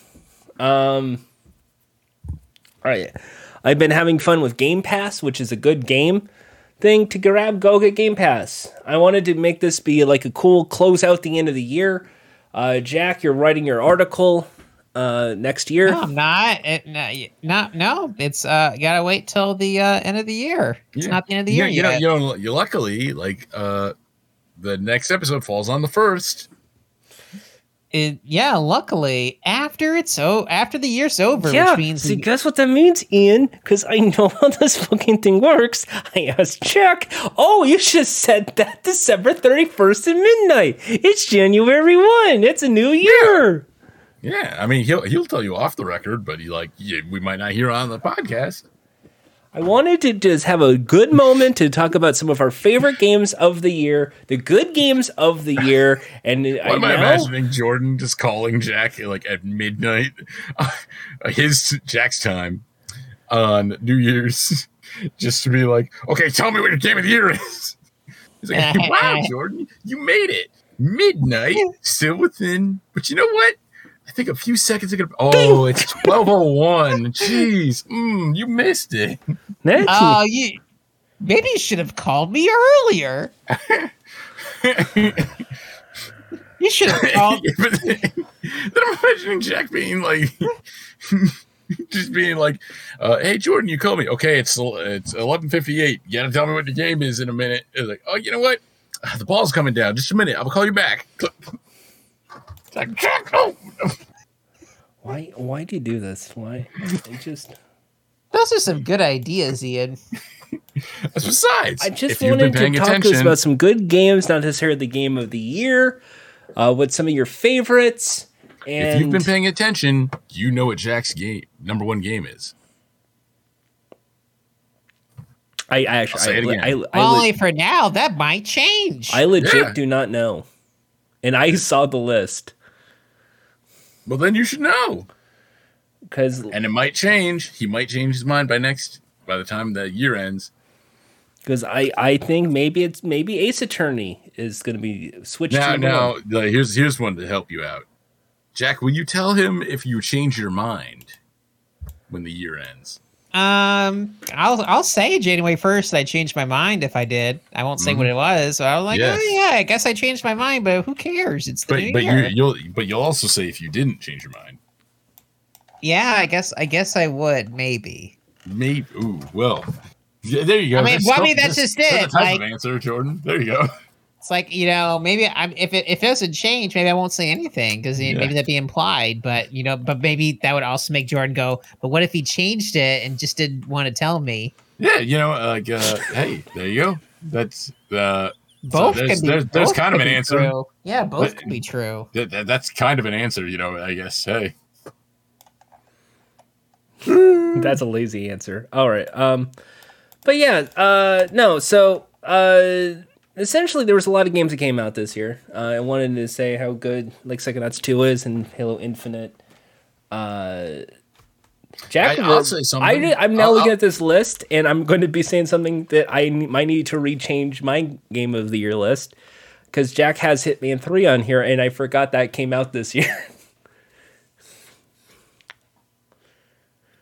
Um, all right. I've been having fun with Game Pass, which is a good game thing to grab. Go get Game Pass. I wanted to make this be like a cool close out the end of the year. Uh, Jack, you're writing your article uh, next year.
*laughs*
No, I'm not. It, no, y- not no. It's uh, gotta wait till the uh, end of the year. It's
Yeah.
not the end of the
You
year
know, you know,
yet.
you know, you luckily, like, uh, the next episode falls on the first.
It- yeah, luckily after it's oh after the year's over,
Yeah,
which means
see, guess what that means, Ian? Because I know *laughs* how this fucking thing works. I asked Jack, oh, you just said that December 31st at midnight. It's January 1. It's a new year.
Yeah, I mean, he'll he'll tell you off the record, but he like yeah, we might not hear on the podcast.
I wanted to just have a good moment to talk about some of our favorite games of the year, the good games of the *laughs* year. And
Why
I
am I
know.
imagining Jordan just calling Jack like at midnight, *laughs* his Jack's time on New Year's, *laughs* just to be like, okay, tell me what your game of the year is. *laughs* He's
*laughs*
like, wow, Jordan, you made it midnight, still within. But you know what? I think a few seconds ago. Oh,
*laughs*
it's twelve oh one. Jeez, mm, you missed it.
Nancy,
Oh, you maybe you should have called me earlier. you should have called.
Yeah, *laughs* but then, then I'm imagining Jack being like, *laughs* just being like, uh, "Hey Jordan, you call me. Okay, it's it's 11:58. You gotta tell me what the game is in a minute." It's like, "Oh, you know what? Ah, The ball's coming down. Just a minute. I'll call you back." *laughs* It's like Jack, oh,
why, why do you do this? Why? I just.
Those are some good ideas, Ian.
besides,
I just
if you've been
wanted to
paying
talk to us
attention,
about some good games, not necessarily the game of the year, uh, what some of your favorites. And
if you've been paying attention, you know what Jack's game number one game is.
I, I actually,
I'll say
I,
it
le-
again.
I, I, le-
Only for now, that might change.
I legit
Yeah.
do not know, and I *laughs* saw the list
Well, then you should know,
because
and it might change. He might change his mind by next by the time the year ends.
I I think maybe it's maybe Ace Attorney is going to be switched.
Now,
to
now,
one.
like, here's here's one to help you out. Jack, will you tell him if you change your mind when the year ends?
Um, I'll I'll say January first. I changed my mind. If I did, I won't say what it was. So I was like,
Mm-hmm. Yes.
oh yeah, I guess I changed my mind. But who cares? It's the
But
new
but you,
year.
you'll but you'll also say if you didn't change your mind.
yeah, I guess I guess I would maybe.
Maybe. Ooh, well. Yeah, there you go.
I mean, well, I mean, that's just
that's
it,
the type
like-
of answer, Jordan. There you go. *laughs*
It's like you know, maybe I'm if it if it doesn't change, maybe I won't say anything because
Yeah.
maybe that'd be implied. But you know, but maybe that would also make Jordan go. But what if he changed it and just didn't want to tell me?
Yeah, you know, like, uh, hey, there you go. That's uh, so
Both
there's,
can be.
there's, there's
both
kind of
could
an
be
answer.
true. Yeah, both
But-
could be true.
That, that, that's kind of an answer, you know. I guess. Hey,
*laughs* That's a lazy answer. All right. Um, but yeah, uh, no. So uh, essentially, there was a lot of games that came out this year. Uh, I wanted to say how good like Psychonauts Two is and Halo Infinite. Uh, Jack,
I-
will-
I'll say something.
I did- I'm now
I'll-
looking
I'll-
at this list, and I'm going to be saying something that I n- might need to rechange my game of the year list because Jack has Hitman Three on here, and I forgot that came out this year.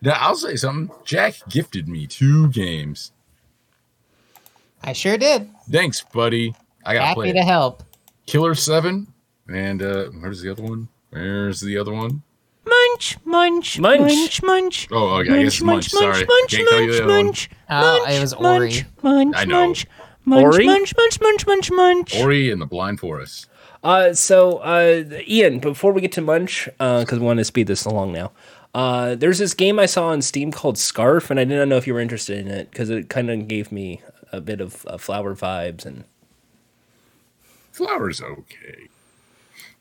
now I'll say something. Jack gifted me two games.
I sure did.
Thanks, buddy. I gotta play
Happy
it.
to help.
Killer Seven, and uh, where's the other one? Where's the other one?
Munch, munch,
Munch.
munch, munch.
Oh, okay, I guess Munch. Sorry, can't tell you the other one.
munch,
Oh,
munch,
it was
munch,
Ori.
munch,
I know.
munch, munch,
Ori?
munch, munch, munch, munch, munch.
Ori and the Blind Forest.
Uh, so, uh, Ian, before we get to Munch, because we want to speed this along now, uh, there's this game I saw on Steam called Scarf, and I didn't know if you were interested in it because it kind of gave me a bit of uh, flower vibes. And
Flowers, okay.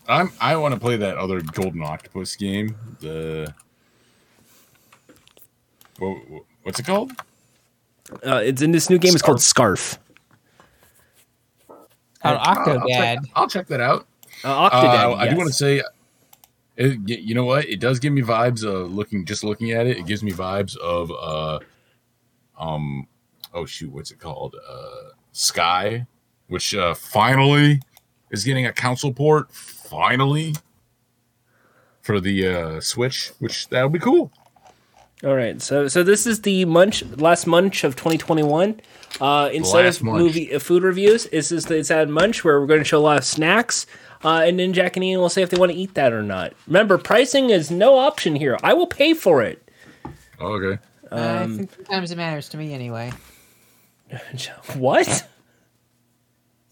I'm. I want to play that other Golden Octopus game. The what, what's it called?
Uh, it's in this new game. It's called Scarf.
Called
I'll check,
Octodad.
I'll check that out.
Uh,
Uh,
Octodad.
I do
yes.
want to say, it, y- you know what? It does give me vibes of looking, just looking at it. It gives me vibes of, uh, um, oh shoot, what's it called? Uh, Sky, which uh, finally is getting a console port. Finally. For the uh, Switch, which that'll be cool.
All right, so so this is the munch last munch of 2021. Uh, instead
Last
of
munch.
movie uh, food reviews, this is the it's at munch where we're going to show a lot of snacks, uh, and then Jack and Ian will say if they want to eat that or not. Remember, pricing is no option here. I will pay for it.
Okay.
Uh, I
Um,
think sometimes it matters to me anyway.
What?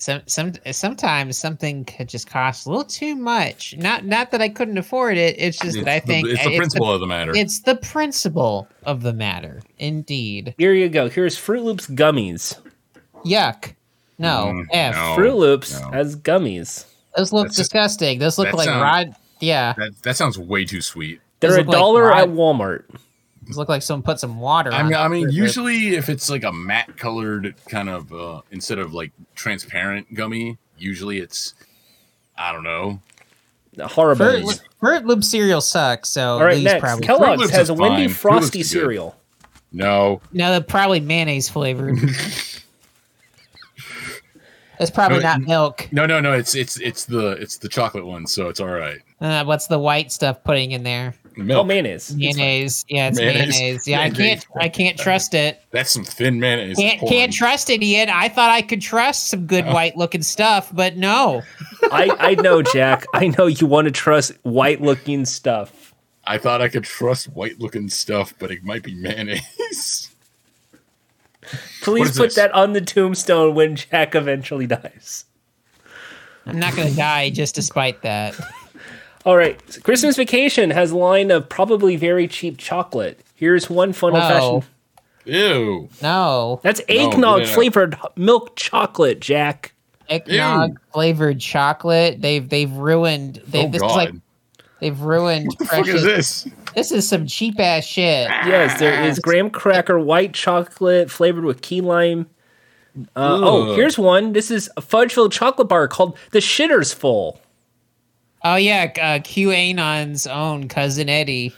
Some some sometimes something could just cost a little too much. Not not that I couldn't afford it. It's just that I
It's the-
think
it's the principle of the matter.
it's the principle of the matter. Indeed.
Here you go. Here's Fruit Loops gummies.
Yuck. No.
Mm,
F.
no. Oh,
Fruit Loops
no.
as gummies.
Those look
That's-
disgusting. Those look
that
like
sound-
rod. Yeah.
That that sounds way too sweet.
They're a
look like
dollar
rye-
at Walmart.
Those look like someone put some water.
I
on
mean, I
them.
mean, usually if it's like a matte colored kind of uh, instead of like transparent gummy, usually it's I don't know.
Horrible.
Fruit, Lo- Fruit Loop cereal sucks. So
All right,
these
next
probably
Fruit
Kellogg's
Loops
has
is
a Wendy
fine. Fruit
Frosty
Loops is good. Oh.
cereal.
No,
no, they're probably
*laughs*
mayonnaise flavored. That's probably
No,
not
it-
milk.
no, no, no. It's it's it's the it's the chocolate one, so it's all right.
Uh, what's the white stuff putting in there?
Oh,
Milk.
mayonnaise.
Mayonnaise. Yeah, it's
Mayonnaise.
mayonnaise. Yeah, I
Mayonnaise.
can't. I can't trust it.
That's some thin mayonnaise.
Can't
Porn. Oh.
can't trust it, Ian. I thought I could trust some good white looking stuff, but no.
I, I know, Jack. I know you want to trust white looking stuff.
I thought I could trust white looking stuff, but it might be mayonnaise. *laughs*
Please
is
put
this?
that on the tombstone when Jack eventually dies.
I'm not gonna die just despite that.
All right. so Christmas Vacation has a line of probably very cheap chocolate. Here's one fun old
No.
fashioned.
Ew.
No.
That's
No,
eggnog
yeah.
flavored h- milk chocolate, Jack.
Eggnog flavored chocolate. They've they've ruined they
Oh
this
god.
is like they've ruined
what the fuck
precious
is this?
this is some cheap ass shit.
Yes,
Ah.
there is graham cracker white chocolate flavored with key lime. Uh, oh,
Ugh.
here's one. This is a fudge filled chocolate bar called the Shitter's Full.
Oh yeah, uh, QAnon's own cousin Eddie.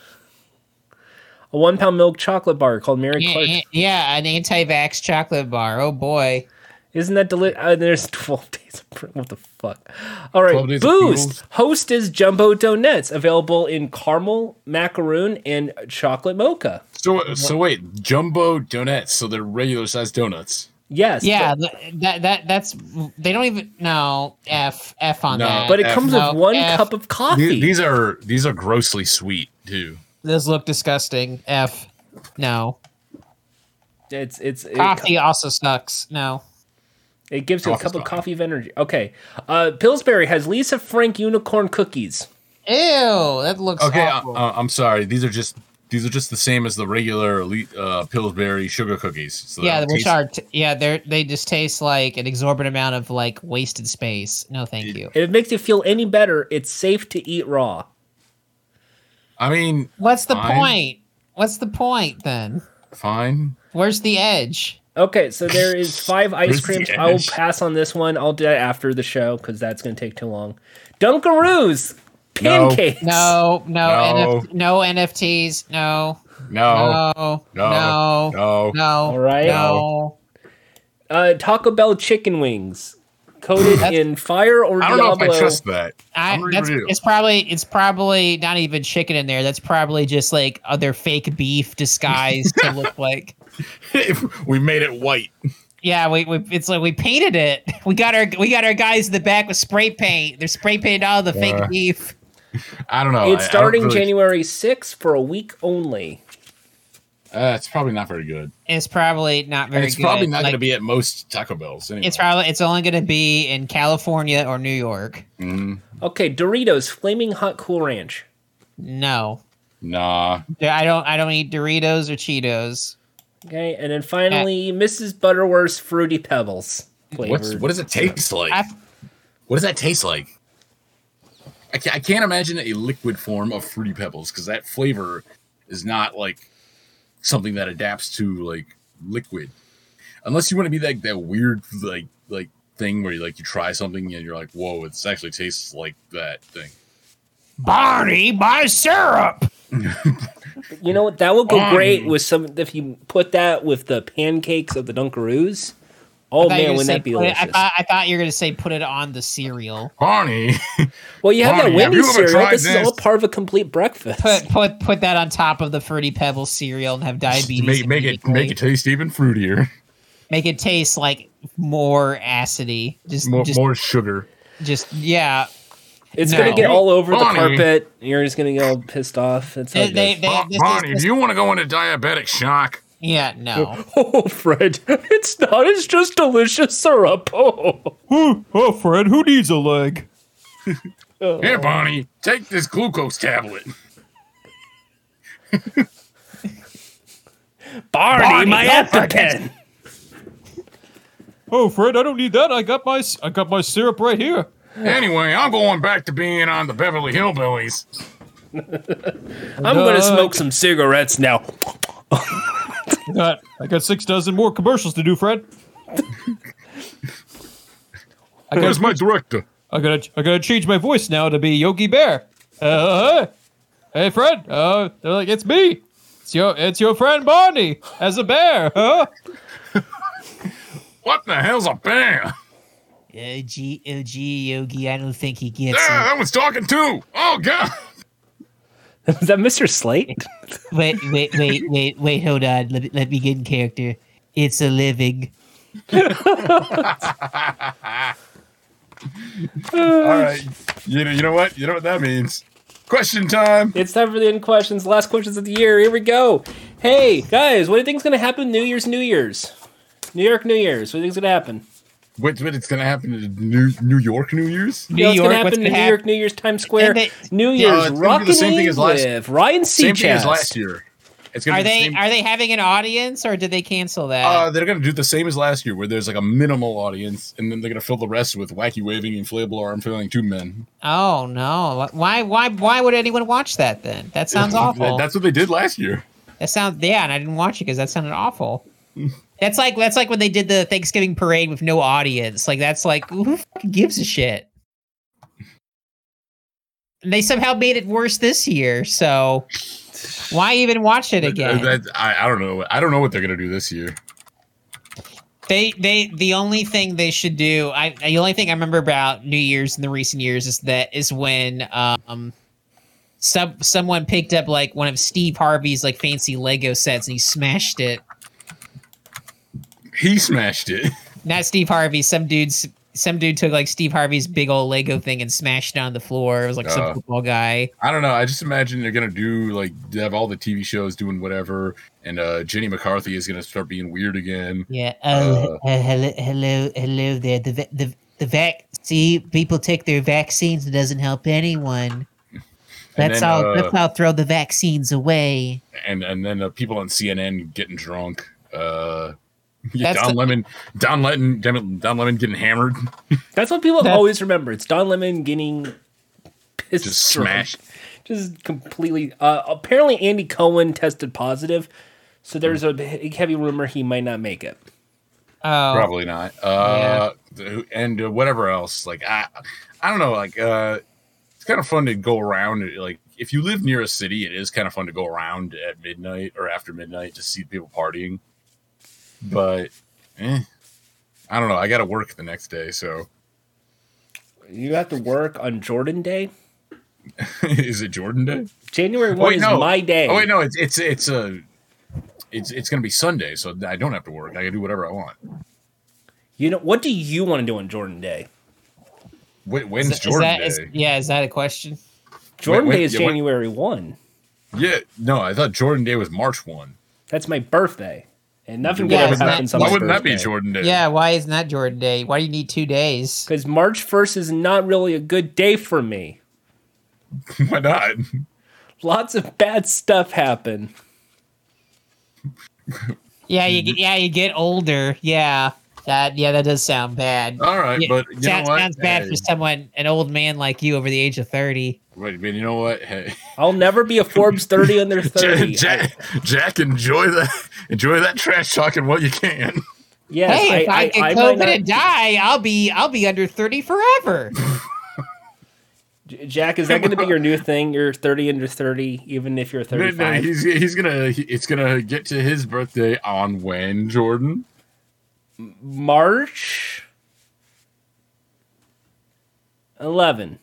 A one pound milk chocolate bar called Mary
Yeah,
Clark.
an- yeah, an anti-vax chocolate bar. Oh boy.
Isn't that delicious? Uh, there's *laughs* 12 days of pr- What the fuck? All right.
12 days of
Boost.
Pringles.
Hostess Jumbo Donuts available in caramel, macaroon, and chocolate mocha.
So so wait, jumbo donuts. So they're regular sized donuts.
Yes.
Yeah,
But,
th- that that that's they don't even no f f on
No,
that.
but it
F.
comes
No,
with one
F.
cup of coffee.
These, these are these are grossly sweet too.
Those look disgusting. F. No.
it's, it's, it,
Coffee also sucks. No.
it gives you a
Coffee's
cup of
fine.
coffee of energy. Okay. Uh, Pillsbury has Lisa Frank unicorn cookies.
Ew, that looks
Okay, uh, I,
awful.
I- I'm sorry. These are just these are just the same as the regular elite uh, Pillsbury sugar cookies. So they
yeah,
don't
which
taste-
are t- yeah, they they just taste like an exorbitant amount of like wasted space. No, thank you.
If it makes you feel any better, it's safe to eat raw.
I mean,
What's the
fine.
point? What's the point then?
fine.
Where's the edge?
Okay, so there is five ice
Where's
creams.
the
I will
ash?
pass on this one. I'll do that after the show because that's going to take too long. Dunkaroos,
No.
pancakes.
No,
No.
no, NF- no NFTs. No,
No,
no,
no, no,
no, no. All
right.
No.
Uh, Taco Bell chicken wings, coated in fire or
I don't know
Diablo.
if I trust that. *laughs*
I,
I'm
that's,
real.
it's probably it's probably not even chicken in there. That's probably just like other fake beef disguised to look *laughs* like.
we made it white.
Yeah, we, we it's like we painted it. *laughs* We got our we got our guys in the back with spray paint. They're spray painted all the
Yeah.
fake beef.
I don't know. I- I
It's
don't
starting
really-
January 6th for a week only.
Uh, it's probably not very good.
It's probably not
And
very
it's
good.
probably not going to
Like,
be at most Taco Bells. Anyway.
It's probably it's only going to be in California or New York.
Mm,
Okay, Doritos Flaming Hot Cool Ranch.
No,
nah.
Yeah, I don't I don't eat Doritos or Cheetos.
Okay, and then finally Mrs. Butterworth's Fruity Pebbles.
What's
flavored.
what does it taste like?
I-
What does that taste like? I can't, I can't imagine a liquid form of fruity pebbles because that flavor is not like something that adapts to like liquid. unless you want to be like that weird like like thing where you like you try something and you're like, whoa, it's actually tastes like that thing.
Barney, my syrup.
You know what? That would
Mm.
go great with some if you put that with the pancakes of the Dunkaroos. Oh
I thought you were
man,
gonna
wouldn't
say
that be
put it-
delicious?
I thought, I thought you were going to say put it on the cereal.
Barney,
well, you have
Barney,
that
have you
Wendy's
ever
cereal.
tried
This is all
this?
part of a complete breakfast.
Put put put that on top of the fruity pebble cereal and have diabetes.
make make it
immediately.
make it taste even fruitier,
make it taste like more acidy. Just
more,
just
more sugar.
just yeah.
it's
no.
gonna get all over
Barney.
the carpet. You're just gonna get all pissed off. That's how
They,
it
they,
*laughs* goes.
they,
Bar-
this is-
Barney,
this-
do you want to go into diabetic shock?
yeah, no.
Oh, Fred, *laughs* it's not. It's just delicious syrup. Oh.
Oh, Fred, who needs a leg?
Here, Barney, take this glucose tablet.
Barney, my EpiPen.
Oh, Fred, I don't need that. I got my I got my syrup right here.
Anyway, I'm going back to being on the Beverly Hillbillies.
I'm gonna smoke some cigarettes now.
Got, I got six dozen more commercials to do, Fred. I
Where's my director?
I gotta, I gotta change my voice now to be Yogi Bear. Uh, hey, Fred. Uh, they're like, it's me. It's your, it's your friend Barney as a bear. Uh, Huh?
What the hell's a bear?
OG, OG, Yogi. I don't think he gets
Yeah, that one's talking too. Oh god.
Is that Mr. Slate?
it. Wait, wait, wait, wait, wait. Hold on. Let me, let me get in character. It's a living.
All right. You know, you know what? You know what that means. Question time.
It's time for the end questions. Last questions of the year. Here we go. Hey guys, what do you think's gonna happen New Year's? New Year's, New York, New Year's. What do you think's gonna happen?
Wait, wait, it's gonna happen in New New York New Year's?
You know what's gonna
York, what's
happen in
gonna
New York, New Year's Times Square,
And they-
New Year's.
it's gonna be the
Rockin'
same thing as last-
Eve with Ryan
Same thing as
Seacrest.
last year. It's gonna be
Are
the
they,
same-
are they having an audience, or did they cancel that?
uh, they're gonna do the same as last year, where there's like a minimal audience, and then they're gonna fill the rest with wacky waving, inflatable arm flailing two men.
oh no! Why, why, why would anyone watch that then?
*laughs*
That sounds awful.
That's what they did last year.
That sounds yeah, and I didn't watch it because that sounded awful. that's like that's like when they did the Thanksgiving parade with no audience. Like that's like who fucking gives a shit. And they somehow made it worse this year, so why even watch it again?
That- I, I don't know. I don't know what they're gonna do this year.
They they the only thing they should do. I the only thing I remember about New Year's in the recent years is that is when um some someone picked up like one of Steve Harvey's like fancy Lego sets and he smashed it.
He smashed it. *laughs*
not Steve Harvey. Some dudes, some dude took like Steve Harvey's big old Lego thing and smashed it on the floor. It was like
Uh.
some football guy.
I don't know. I just imagine they're gonna do like they have all the TV shows doing whatever, and uh Jenny McCarthy is gonna start being weird again.
Yeah. Oh, uh, hello, hello, hello there. The va- the the vac. See, people take their vaccines. It doesn't help anyone.
And
Let's
then,
all
uh,
let's all throw the vaccines away.
and and then uh, people on CNN getting drunk. Uh, *laughs* yeah,
That's
Don
the-
Lemon, Don Lemon, Don, Don Lemon getting hammered,
That's what people
That's-
always remember. It's Don Lemon getting pissed,
just
drunk.
smashed.
just completely. Uh, apparently, Andy Cohen tested positive, so there's a big, heavy rumor he might not make it.
Oh,
Probably not. Uh, the- and uh, whatever else. Like I, I don't know. Like uh, it's kind of fun to go around. Like if you live near a city, it is kind of fun to go around at midnight or after midnight to see people partying. But eh, I don't know. I got to work the next day, so *laughs*
You have to work on Jordan Day.
is it Jordan Day?
January
Oh,
one is my day.
Oh wait, no, it's it's it's a it's it's gonna be Sunday, so I don't have to work. I can do whatever I want.
You know what do you want to do on Jordan Day?
Wh-
Is
When's
that- is
Jordan
that-
Day?
is- yeah, is that a question?
Jordan
wait,
Day is
yeah, what-
January one.
yeah, no, I thought Jordan Day was March one.
That's my birthday, and nothing
Yeah,
good
it's
ever
not-
happens on my
Why wouldn't that be
birthday.
Jordan Day?
Yeah, why isn't that Jordan Day? Why do you need two days?
Because March first is not really a good day for me.
*laughs* why not?
Lots of bad stuff happen.
Yeah, you
Mm-hmm.
get, yeah, you get older. Yeah, that yeah, that does sound bad.
All right,
Yeah,
but you
sounds,
know what?
sounds bad
Hey,
for someone, an old man like you over the age of thirty.
wait, man, you know what? Hey, *laughs*
I'll never be a Forbes thirty under
Jack,
thirty.
*laughs*
*laughs*
Jack, Jack, enjoy that, enjoy that trash talking what you can.
Yes,
Hey, if I, get
might
COVID
not-
and die, I'll be I'll be under thirty *laughs* forever.
J- Jack, is that going to be your new thing? You're 30 under 30, even if you're
No, no,
35.
he's he's gonna he, it's gonna get to his birthday on when Jordan.
March 11.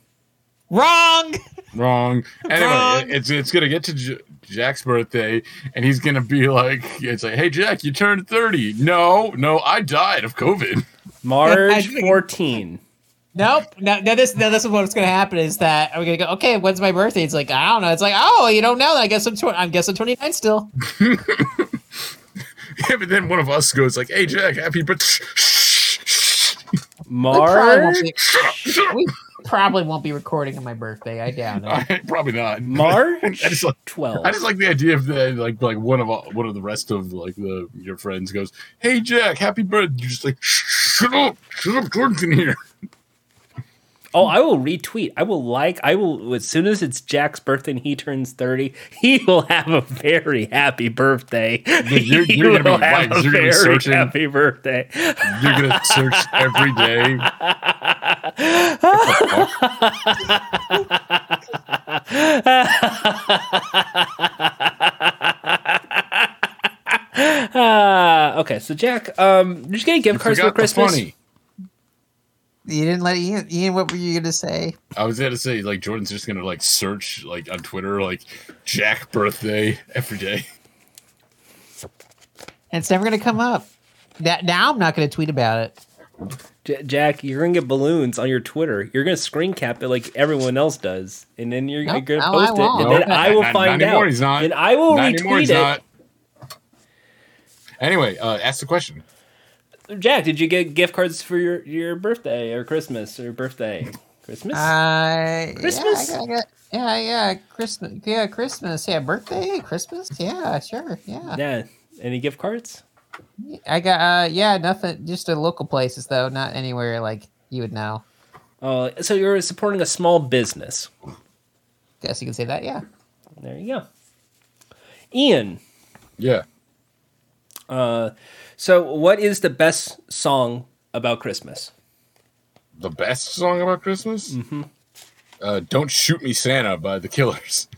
Wrong.
Wrong. Anyway,
Wrong.
it- it's it's gonna get to J- Jack's birthday, and he's gonna be like, it's like, hey Jack, you turned thirty. No, no, I died of COVID. *laughs*
March
think-
14.
Nope. No, no, this no, this is what's gonna happen is that I'm gonna go, okay, when's my birthday? It's like, I don't know. It's like, oh, you don't know. I guess I'm tw- I guess I'm 29 *laughs* still.
Yeah, but then one of us goes like, hey Jack, happy *laughs* birthday.
We probably,
March
won't be, we probably won't be recording on my birthday. I doubt
*laughs*
it.
Probably not. I
March
just like-
12.
I just like the idea of the like like one of all, one of the rest of like the your friends goes, "Hey Jack, happy birthday!" You're just like, "Shut up, shut up, Jordan's in here."
Oh, I will retweet. I will like. I will as soon as it's Jack's birthday and he turns thirty, *laughs* he will have a very happy birthday.
you're-
*laughs* He
you're gonna be
will
right,
have a
you're gonna be
very
searching.
happy birthday.
You're gonna search every
*laughs*
day.
Ah, okay, so Jack, um, you're just getting gift cards for
Forgot the
Christmas.
funny.
*laughs* You didn't let Ian. Ian, what were you gonna say?
I was gonna say like Jordan's just gonna like search like on Twitter like Jack birthday every day.
And it's never gonna come up. That now I'm not gonna tweet about it.
J- Jack, you're gonna get balloons on your Twitter. You're gonna screen cap it like everyone else does, and then you're,
Nope,
you're gonna
no,
post it,
I
and
won't.
Nope,
then I will
not- not
find
anymore,
out,
he's not.
and I will
Not anymore,
retweet
he's
it.
not. Anyway, uh, ask the question.
Jack, did you get gift cards for your, your birthday or Christmas or birthday? Christmas?
Uh,
Christmas?
Yeah, I got- I got- yeah, yeah, Christmas. Yeah, Christmas. Yeah, birthday. Christmas. Yeah, sure. Yeah.
yeah. Any gift cards?
I got. Uh, yeah, nothing. Just at local places though, not anywhere like you would know.
Oh, so you're supporting a small business.
Guess you can say that. Yeah.
There you go. Ian,
Yeah,
so what is the best song about Christmas?
the best song about Christmas. Uh, Don't shoot me, Santa by the Killers.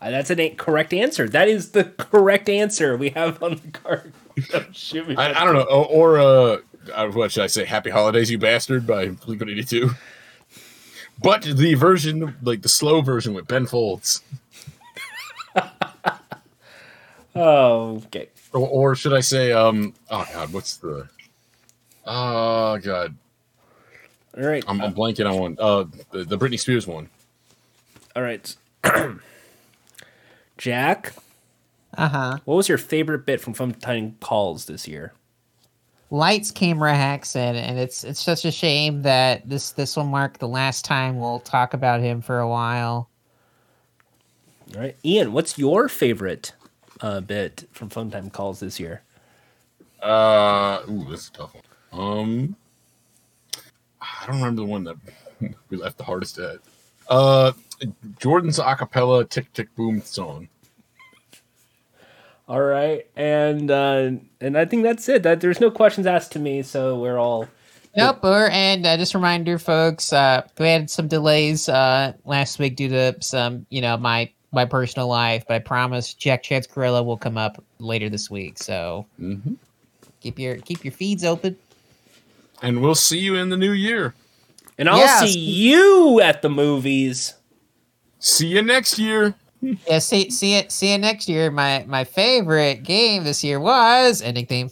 Uh, that's an a correct answer. That is the *laughs* correct answer we have on the card. Don't shoot me.
I, I don't know. Or, or uh, uh, what should I say? Happy Holidays, you bastard by Blink 182. But the version, like the slow version with Ben Folds.
oh, okay.
Or, or should I say, um, oh God, what's the. Oh God,
All right.
I'm, I'm blanking on one. Uh, the, the Britney Spears one.
All right. *clears throat* Jack,
Uh huh.
what was your favorite bit from Fun Time Calls this year?
lights camera hacks in and it's it's such a shame that this this will mark the last time we'll talk about him for a while
All right, Ian, what's your favorite uh, bit from Fun Time Calls this year?
Uh, ooh, that's a tough one. Um, I don't remember the one that *laughs* we left the hardest at. Uh, Jordan's acapella tick tick boom song.
All right, and uh, and I think that's it. That there's no questions asked to me, so we're all
nope or and uh, just a reminder folks uh we had some delays uh last week due to some you know my my personal life but i promise jack chad's gorilla will come up later this week so keep your keep your feeds open
And we'll see you in the new year.
and I'll
Yes.
see you at the movies.
See you next year.
yeah see see it see you next year my my favorite game this year was ending theme